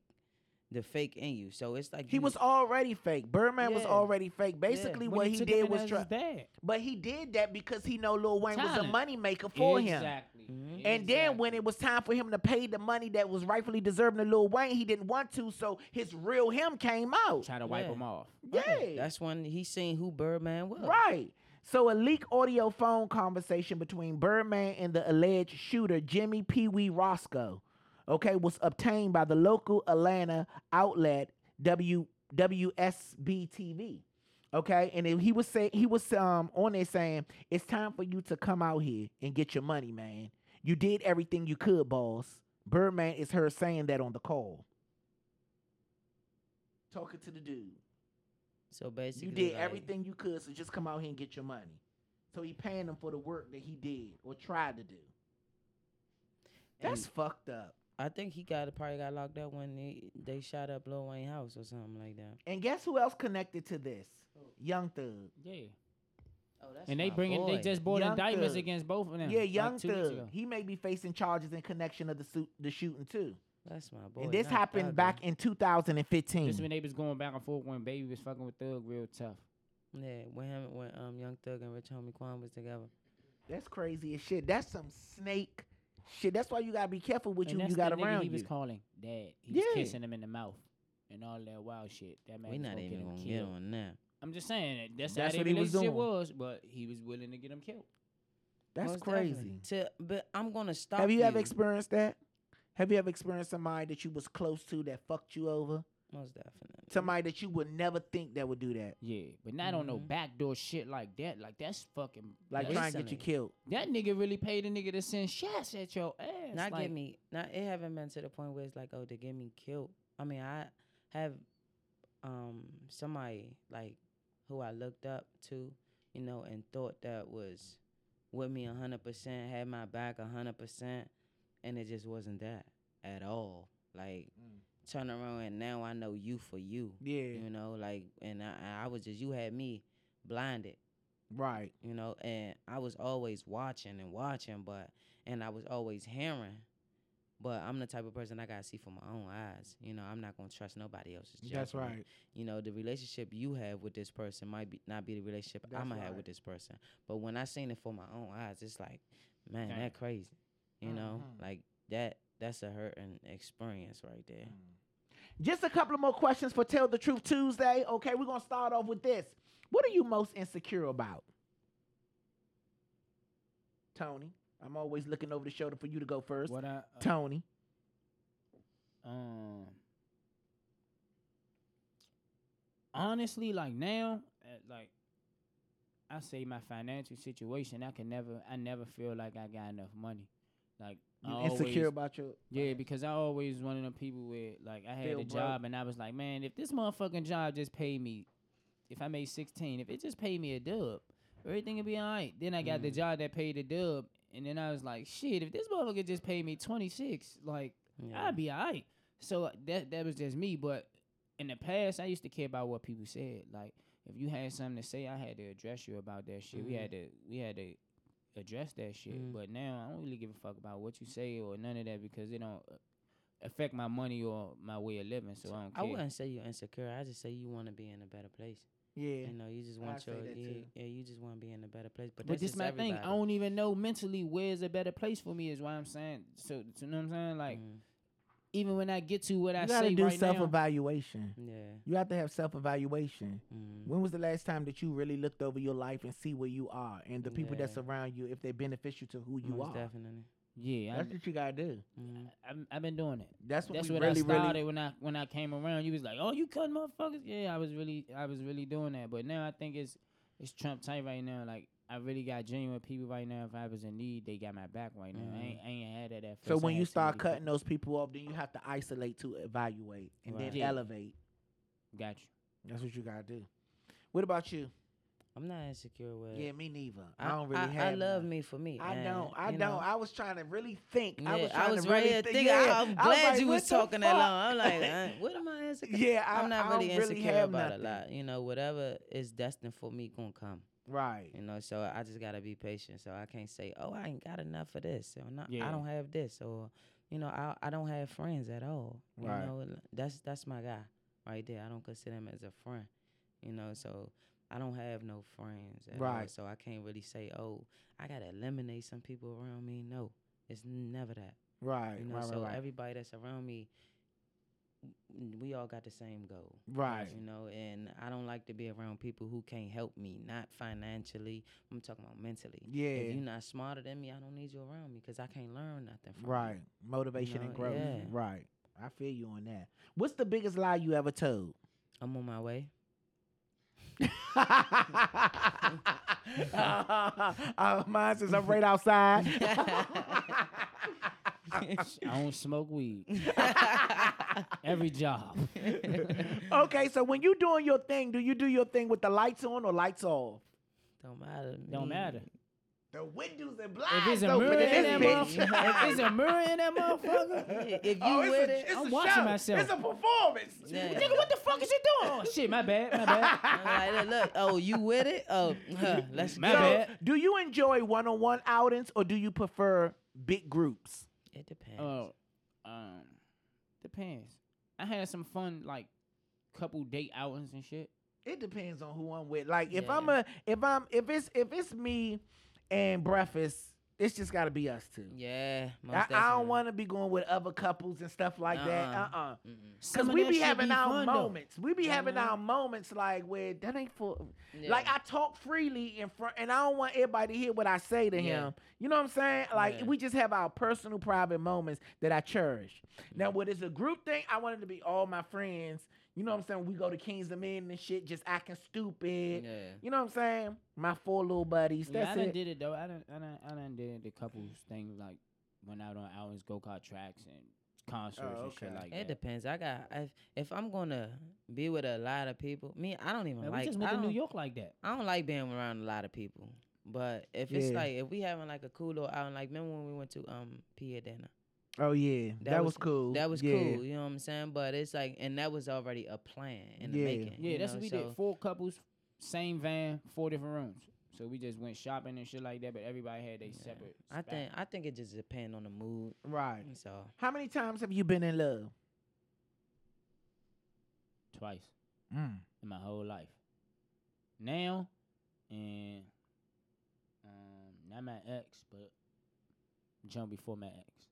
the fake in you. So it's like
He
you-
was already fake. Birdman was
Yeah.
already fake. Basically,
Mm-hmm. When
what he,
took him
did
in
was
as
try.
his dad.
But he did that because he know Lil Wayne was a
Talent.
money maker for him.
exactly.
Mhm.
And then when
Exactly.
it was time for him to pay the money that was rightfully deserving to Lil Wayne, he didn't want to. So his real him came out.
try to wipe
Yeah.
him off.
Yeah.
that's when he seen who Birdman was.
Right. So a leak audio phone conversation between Birdman and the alleged shooter Jimmy Pee Wee Roscoe, okay, was obtained by the local Atlanta outlet W WSB TV. Okay, and then he was saying he was um on there saying it's time for you to come out here and get your money, man. You did everything you could, boss. Birdman is her saying that on the call, talking to the dude.
So basically,
You did
like,
everything you could, so just come out here and get your money. So he paying him for the work that he did or tried to do. That's
And-
fucked up.
I think he got probably got locked up when they, they shot up Lil Wayne house or something like that.
And guess who else connected to this? Young Thug.
Yeah.
Oh, that's
And they bringing they just brought
Young
indictments
Thug.
against both of them.
yeah,
like,
Young
two weeks ago.
Thug. He may be facing charges in connection of the suit, the shooting too.
that's my boy.
and this
not
happened
Thugger.
back in 2015.
This when they was going back and forth when Baby was fucking with Thug real tough.
Yeah, when him when um Young Thug and Rich Homie Quan was together.
That's crazy as shit. That's some snake shit. That's why you gotta be careful with
And
you.
that's
You got
the nigga
around
He was
you.
calling dad. He was
Yeah.
kissing him in the mouth and all that wild shit. That man
we
was
not
gonna
even
get him
gonna get
killed.
on that.
I'm just saying that that's,
That's
how
what
their
he was
relationship
doing.
was, but he was willing to get him killed.
That's
Most
crazy.
definitely. To but I'm gonna stop.
Have you ever experienced that? Have you ever experienced somebody that you was close to that fucked you over?
Most definitely.
Somebody that you would never think that would do that,
Yeah, but not on no
Mhm.
backdoor shit like that. Like that's fucking
Mm-hmm. like trying
that's-
to get you
Recently.
killed.
That nigga really paid a nigga to send shots at your ass.
not
like,
get me. Not it haven't been to the point where it's like oh to get me killed. I mean I have um somebody like who I looked up to, you know, and thought that was with me hundred percent, had my back hundred percent, and it just wasn't that at all. Like
Mm.
turn around and now I know you for you.
Yeah,
You know, like and I, I was just you had me blinded
right.
you know and i was always watching and watching but and i was always hearing but i'm the type of person i gotta see for my own eyes you know i'm not gonna trust nobody else's judgment.
That's right.
you know the relationship you have with this person might be not be the relationship
That's
i'ma have
right.
with this person but when i seen it for my own eyes it's like man
Dang.
that crazy you know
Mhm.
like that that's a hurting experience right there
Just a couple of more questions for Tell the Truth Tuesday. Okay, we're gonna start off with this. What are you most insecure about? Tony. I'm always looking over the shoulder for you to go first.
What I uh,
Tony.
um honestly like now uh, like I say my financial situation I can never I never feel like I got enough money like I
You
always-
insecure about your
yeah because I always one of them people where like I had
Feel
a
broke.
job and I was like man if this motherfucking job just paid me if I made sixteen if it just paid me a dub everything would be alright then I
Mm.
got the job that paid a dub and then I was like shit if this motherfucker just paid me twenty six like
Mm-hmm.
yeah.
I'd be all right. So uh, that that was just me. But in the past, I used to care about what people said. Like if you had something to say, I had to address you about that shit. We
Mhm.
had to we had to address that shit.
Mhm.
But now I don't really give a fuck about what you say or none of that because it don't uh, affect my money or my way of living. So I don't
I
care.
wouldn't say you're insecure. I just say you want to be in a better place.
Yeah.
You know, you just want
I'd say
your
that
yeah,
too.
yeah, you just want to be in a better place. But,
But
that's
this
just
my
everybody.
thing. I don't even know mentally where's a better place for me. Is why I'm saying. So you know what I'm saying. Like
Mm,
even when I get to what I
you gotta
say
do
right
self
now,
evaluation.
yeah.
You have to have self evaluation.
Mm.
When was the last time that you really looked over your life and see where you are and the people that
Yeah.
surround you if they beneficial to who you
Most
are?
definitely.
yeah,
That's
I'm,
what you gotta do.
Mm.
I'm, I've been doing it.
That's what
That's
we
what
really,
I started
really.
when I when I came around. You was like, "Oh, you cut motherfuckers." Yeah, I was really I was really doing that. But now I think it's it's Trump tight right now. Like I really got genuine people right now. If I was in need, they got my back right now. I,
Mhm.
ain't, I ain't had that at first.
So
I
when
had
you
too
start
many
cutting those people off, then you have to isolate to evaluate and
Right.
then
Yeah.
elevate.
people. <laughs> got you.
That's what you gotta do. What about you?
I'm not insecure with.
Yeah, me neither.
I,
I, don't really
I,
have.
I love
none.
me for me.
I
and,
don't. I
you
don't.
know,
I was trying to really think. I
yeah,
was trying to really
ready
think.
thinking-
Yeah.
I'm
I was
glad
like,
you
what
was
the
talking that
fuck?
long. I'm
<laughs>
like, I, what am I insecure?
Yeah, I,
I'm not
I don't
really
really
insecure
have
about
nothing.
a lot. You know, whatever is destined for me gonna come.
Right.
You know, so I just gotta be patient. So I can't say, oh, I ain't got enough of this, or not,
Yeah.
I don't have this, or you know, I I don't have friends at all.
Right.
You know, l- that's that's my guy right there. I don't consider him as a friend. You know, so I don't have no friends. At All.
Right.
So I can't really say, oh, I gotta eliminate some people around me. No, it's never that.
Right.
You know,
right.
so
right.
everybody that's around me, w- we all got the same goal.
Right.
You know, and I don't like to be around people who can't help me, not financially. I'm talking about mentally. If
Yeah.
you're not smarter than me, I don't need you around me because I can't learn nothing from you.
Right. Motivation
know,
and growth.
yeah.
Right. I feel you on that. What's the biggest lie you ever told? <laughs>
I'm on my way. <laughs>
uh, mine says I'm right outside. <laughs>
I don't smoke weed. Every job.
okay, so when you doing your thing, do you do your thing with the lights on or lights off?
Don't matter. to
Don't
Mm.
me.
matter.
The windows and
If
blinds
there's a
open
mirror in that
in this
motherf-
motherfucker, <laughs> if
bitch.
there's a mirror in that motherfucker, <laughs>
Yeah, If you
Oh, it's
with
a,
it,
it's
I'm
a
watching
show.
myself.
It's a performance.
Yeah.
nigga, what the fuck is you doing? Oh shit, my bad,
<laughs>
my bad.
I'm like, look, look, oh, you with it? Oh, <laughs> let's
My
go.
so,
bad.
do you enjoy one-on-one outings or do you prefer big groups?
It depends.
Oh, um, depends. I had some fun like couple date outings and shit.
It depends on who I'm with. Like if
Yeah.
I'm a if I'm if it's if it's me and breakfast, it's just gotta be us two.
Yeah, most
I, I
definitely.
don't want to be going with other couples and stuff like that. Uh
Uh-uh.
uh
Mm-mm.
Some
Cause
of
we
that
be
shit
having our
fun, though.
moments. We be having
Mhm.
our moments like where that ain't for.
Yeah.
Like I talk freely in front, and I don't want everybody to hear what I say to
Yeah.
him. You know what I'm saying? Like
Yeah.
we just have our personal, private moments that I cherish. Now, what is a group thing? I want it to be all my friends. You know what I'm saying? We go to Kings of Men and shit, just acting stupid.
yeah.
You know what I'm saying? My four little buddies.
Yeah, I
That's
done
it.
did it though. I done, I done, I done did the couples thing like went out on outings, go kart tracks, and concerts
Oh,
and
okay.
shit like
It
that.
depends. I got if if I'm gonna be with a lot of people, me I don't even
Man,
like.
we just
I
went to
don't,
New York like that.
I don't like being around a lot of people. But if it's
Yeah.
like if we having like a cool little outing, like remember when we went to um Pia dinner?
Oh yeah, that,
That
was,
was-
cool.
That was
Yeah.
cool. You know what I'm saying? But it's like and that was already a plan in the
Yeah.
making.
Yeah,
you
that's
know?
what we
so,
did. Four couples, same van, four different rooms. So we just went shopping and shit like that, but everybody had their
yeah.
separate.
I
spot.
think I think it just depends on the mood.
Right.
So
How many times have you been in love?
twice
Mm,
in my whole life. Now, and um, not my ex, but jump before my ex.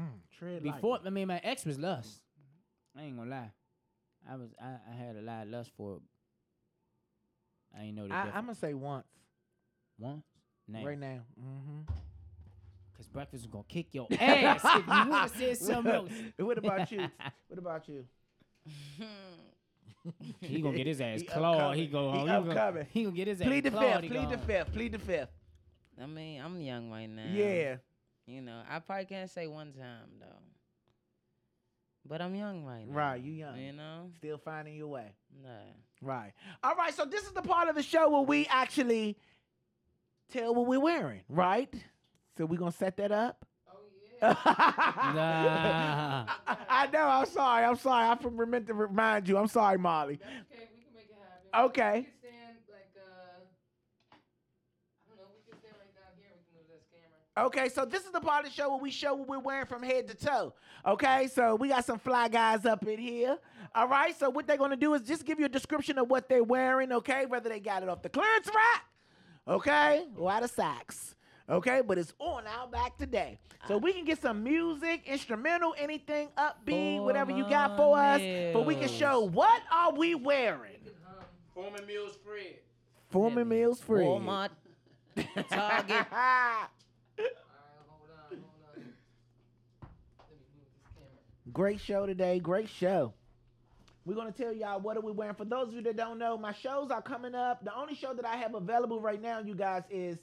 mm, Tread
Before, I mean, my ex was lust. I ain't gonna lie. I was, I, I had a lot of lust for it. I ain't know the
I,
difference.
I'm gonna say once
Once, now,
right now. Mm-hmm.
cause breakfast was gonna kick your <laughs> ass if you would have
<laughs>
said something else.
what about you? What about you?
<laughs> He gonna get his ass
He
clawed. He
upcoming.
go
He
home. He, gonna-
upcoming.
he gonna get his ass
Plead the
clawed.
fifth.
he
Plead the
gone.
fifth. Plead the fifth.
I mean, I'm young right now.
Yeah.
You know, I probably can't say one time though. But I'm young right now.
Right, you young.
You know?
Still finding your way.
Nah.
Right. All right. So this is the part of the show where we actually tell what we're wearing. Right. So we're gonna set that up.
Oh yeah.
I,
<laughs> Nah.
<laughs> I know. I'm sorry. I'm sorry. I from- meant to remind you. I'm sorry, Molly.
That's okay. We can make it happen.
Okay.
We can stand like uh, I don't know. We can stand right down here. We can move this camera.
Okay, so this is the part of the show where we show what we're wearing from head to toe. Okay, so we got some fly guys up in here. All right, so what they're gonna do is just give you a description of what they're wearing, okay? Whether they got it off the clearance rack, okay, or out of socks. Okay, but it's on our back today. So we can get some music, instrumental, anything upbeat,
For
whatever you
my
got for us. But we can
meals.
show what are we wearing.
Um,
Foreman Mills Fred.
Former meals free. <laughs>
Walmart. Target.
all right. Hold on. Hold on. Let me move this camera.
Great show today. Great show. We're gonna tell y'all what are we wearing. For those of you that don't know, my shows are coming up. The only show that I have available right now, you guys, is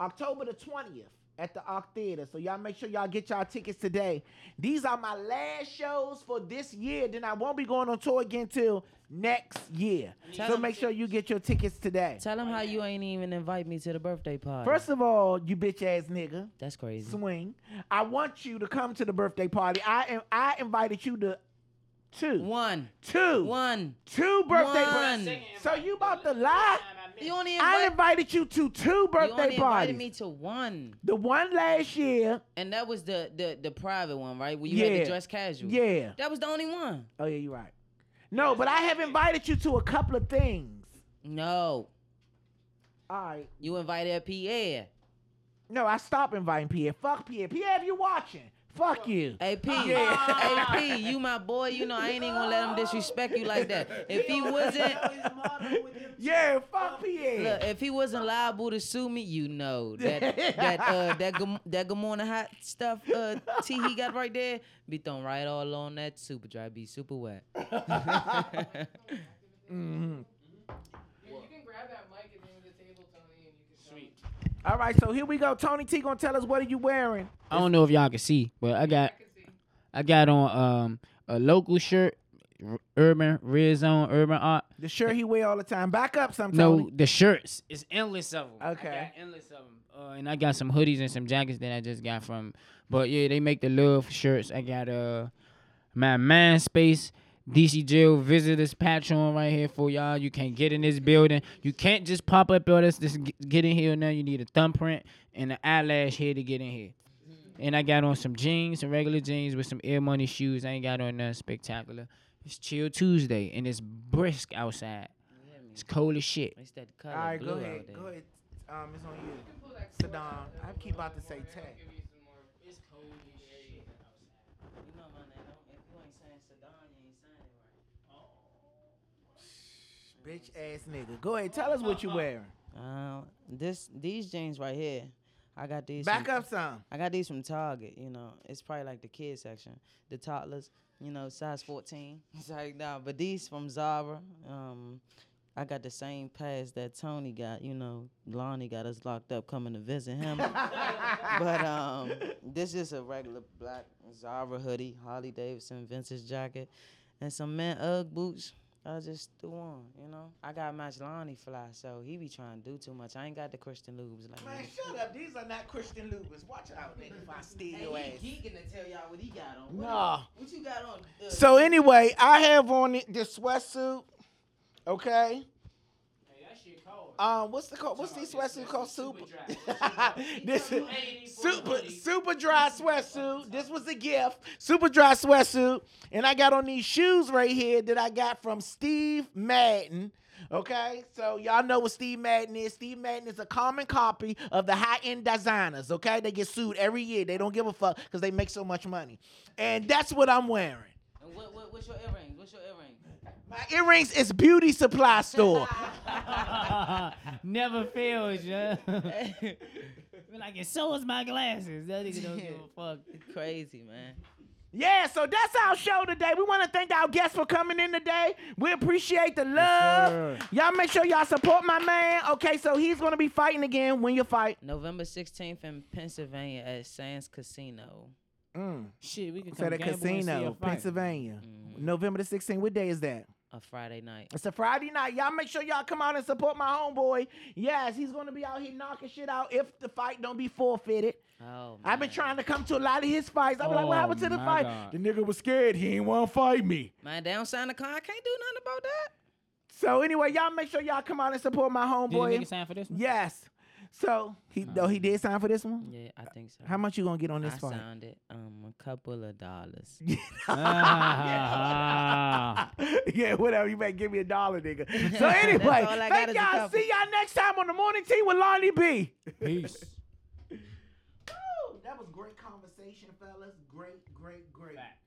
October the 20th at the Arc Theater. So y'all make sure y'all get y'all tickets today. These are my last shows for this year. Then I won't be going on tour again till next year.
Tell
so
them-
make sure you get your tickets today.
Tell him how you ain't even invite me to the birthday party.
First of all, you bitch ass nigga.
that's crazy.
Swing. I want you to come to the birthday party. I am I invited you to two.
One,
Two.
one.
Two birthday
One.
parties. So you about to lie?
You only
I
invite,
invited you to two
you only
birthday
invited
parties.
me to one,
the one last year.
and that was the the the private one, right? Where you had
Yeah.
to dress casual.
Yeah.
That was the only one.
Oh yeah, you're right. No, but I have invited you to a couple of things.
No,
All right.
you invited Pierre.
No, I stopped inviting Pierre. Fuck Pierre. Pierre, if you're watching, fuck you. <laughs>
AP,
Yeah.
AP, you my boy. You know I ain't even gonna let him disrespect <laughs> you like
<laughs>
that. If he wasn't,
Yeah, fuck Pierre.
Look, if he wasn't liable to sue me, you know
<laughs>
that that uh, that good, that good morning hot stuff uh, tea he got right there be thrown right all on that super dry, be super wet.
Mhm.
Here, you can grab that mic at the end of the table, Tony, and you can. Sweet.
All right, so here we go. Tony T gonna tell us what are you wearing.
I don't know if y'all can see, but I got
I can see.
I got on um a local shirt, r- urban red zone, urban art.
The shirt he wear all the time. Back up some Tony.
No, the shirts. It's endless of them.
Okay.
endless of them. Uh, and I got some hoodies and some jackets that I just got from. But yeah, they make the love shirts. I got uh my mind space. DC Jail visitors patch on right here for y'all. You can't get in this building. You can't just pop up on us. Just g- get in here now. You need a thumbprint and an eyelash here to get in here. And I got on some jeans, some regular jeans with some Air Money shoes. I ain't got on nothing spectacular. It's Chill Tuesday and it's brisk outside. It's cold as shit.
It's that
All
color
right,
blue
go
out
ahead.
there.
Go ahead. Um, it's on
You
you.
can pull that
Saddam.
cord out there
I
a little
keep about
bit
to say
more. It'll
tech.
give you some more-
It's cold as shit outside.
You know my name. don't- If you ain't saying Saddam, you ain't saying it right.
Bitch ass nigga. Go ahead. Tell us what you wearing.
Uh, this these jeans right here, I got these.
Back
from,
up
<laughs>
some.
I got these from Target. You know, it's probably like the kid section, the toddlers. You know, size fourteen. <laughs> It's like nah, but these from Zara. Um, I got the same pass that Tony got. You know, Lonnie got us locked up coming to visit
<laughs>
him. Um, but um, this is a regular black Zara hoodie, Harley Davidson vintage jacket, and some man UGG boots. I just threw on, you know. I got match Lonnie fly, so he be trying to do too much. I ain't got the Christian lubes like
Man,
that.
shut up. These are not Christian Lubas. Watch out, nigga, if I steal your ass.
gonna tell y'all what he got on.
Nah.
What you got on?
So anyway, I have on it- this sweatsuit. Okay.
Hey, that shit cold.
Um, what's the co- what's these sweatsuit called? Super. <laughs> this is super super dry sweatsuit. This was a gift. Super dry sweatsuit, and I got on these shoes right here that I got from Steve Madden. Okay, so y'all know what Steve Madden is. Steve Madden is a common copy of the high end designers. Okay, they get sued every year. They don't give a fuck because they make so much money, and that's what I'm wearing.
And what, what, what's your earrings? What's your earrings?
My earrings is beauty supply store.
<laughs>
<laughs>
Never fails, yeah.
<laughs>
Be like, and so is my glasses. That nigga don't give a fuck.
<laughs> Crazy man.
Yeah, so that's our show today. We want to thank our guests for coming in today. We appreciate the love. y'all make sure y'all support my man. Okay, so he's going to be fighting again. Win your fight.
November sixteenth in Pennsylvania at Sands Casino.
Mm.
Shit, we can
It's at
come
a
gamble and see a
casino,
fight. Mm.
Pennsylvania.
Mhm.
November the 16th. What day is that?
A Friday night.
It's a Friday night. Y'all make sure y'all come out and support my homeboy. Yes, he's going to be out here knocking shit out if the fight don't be forfeited.
Oh. Man.
I've been trying to come to a lot of his fights. I'm like, what
Oh,
happened to the
my
fight?
God.
The nigga was scared. He ain't want to fight me.
Man, they don't sign the con. I can't do nothing about that.
So anyway, y'all make sure y'all come out and support my
Did the
homeboy.
nigga sign for this one?
Yes. So he though he did sign for this one.
Yeah, I think so.
How much you gonna get on
I
this fight?
signed it. Um, a couple of dollars.
<laughs> Ah.
<laughs> yeah, <laughs> whatever. You better give me a dollar, nigga.
<laughs>
So
That's
anyway,
all I got
thank
is a
y'all.
couple.
See y'all next time on the morning tea with Lonnie B.
Peace.
that was great conversation, fellas. Great, great, great.
Facts.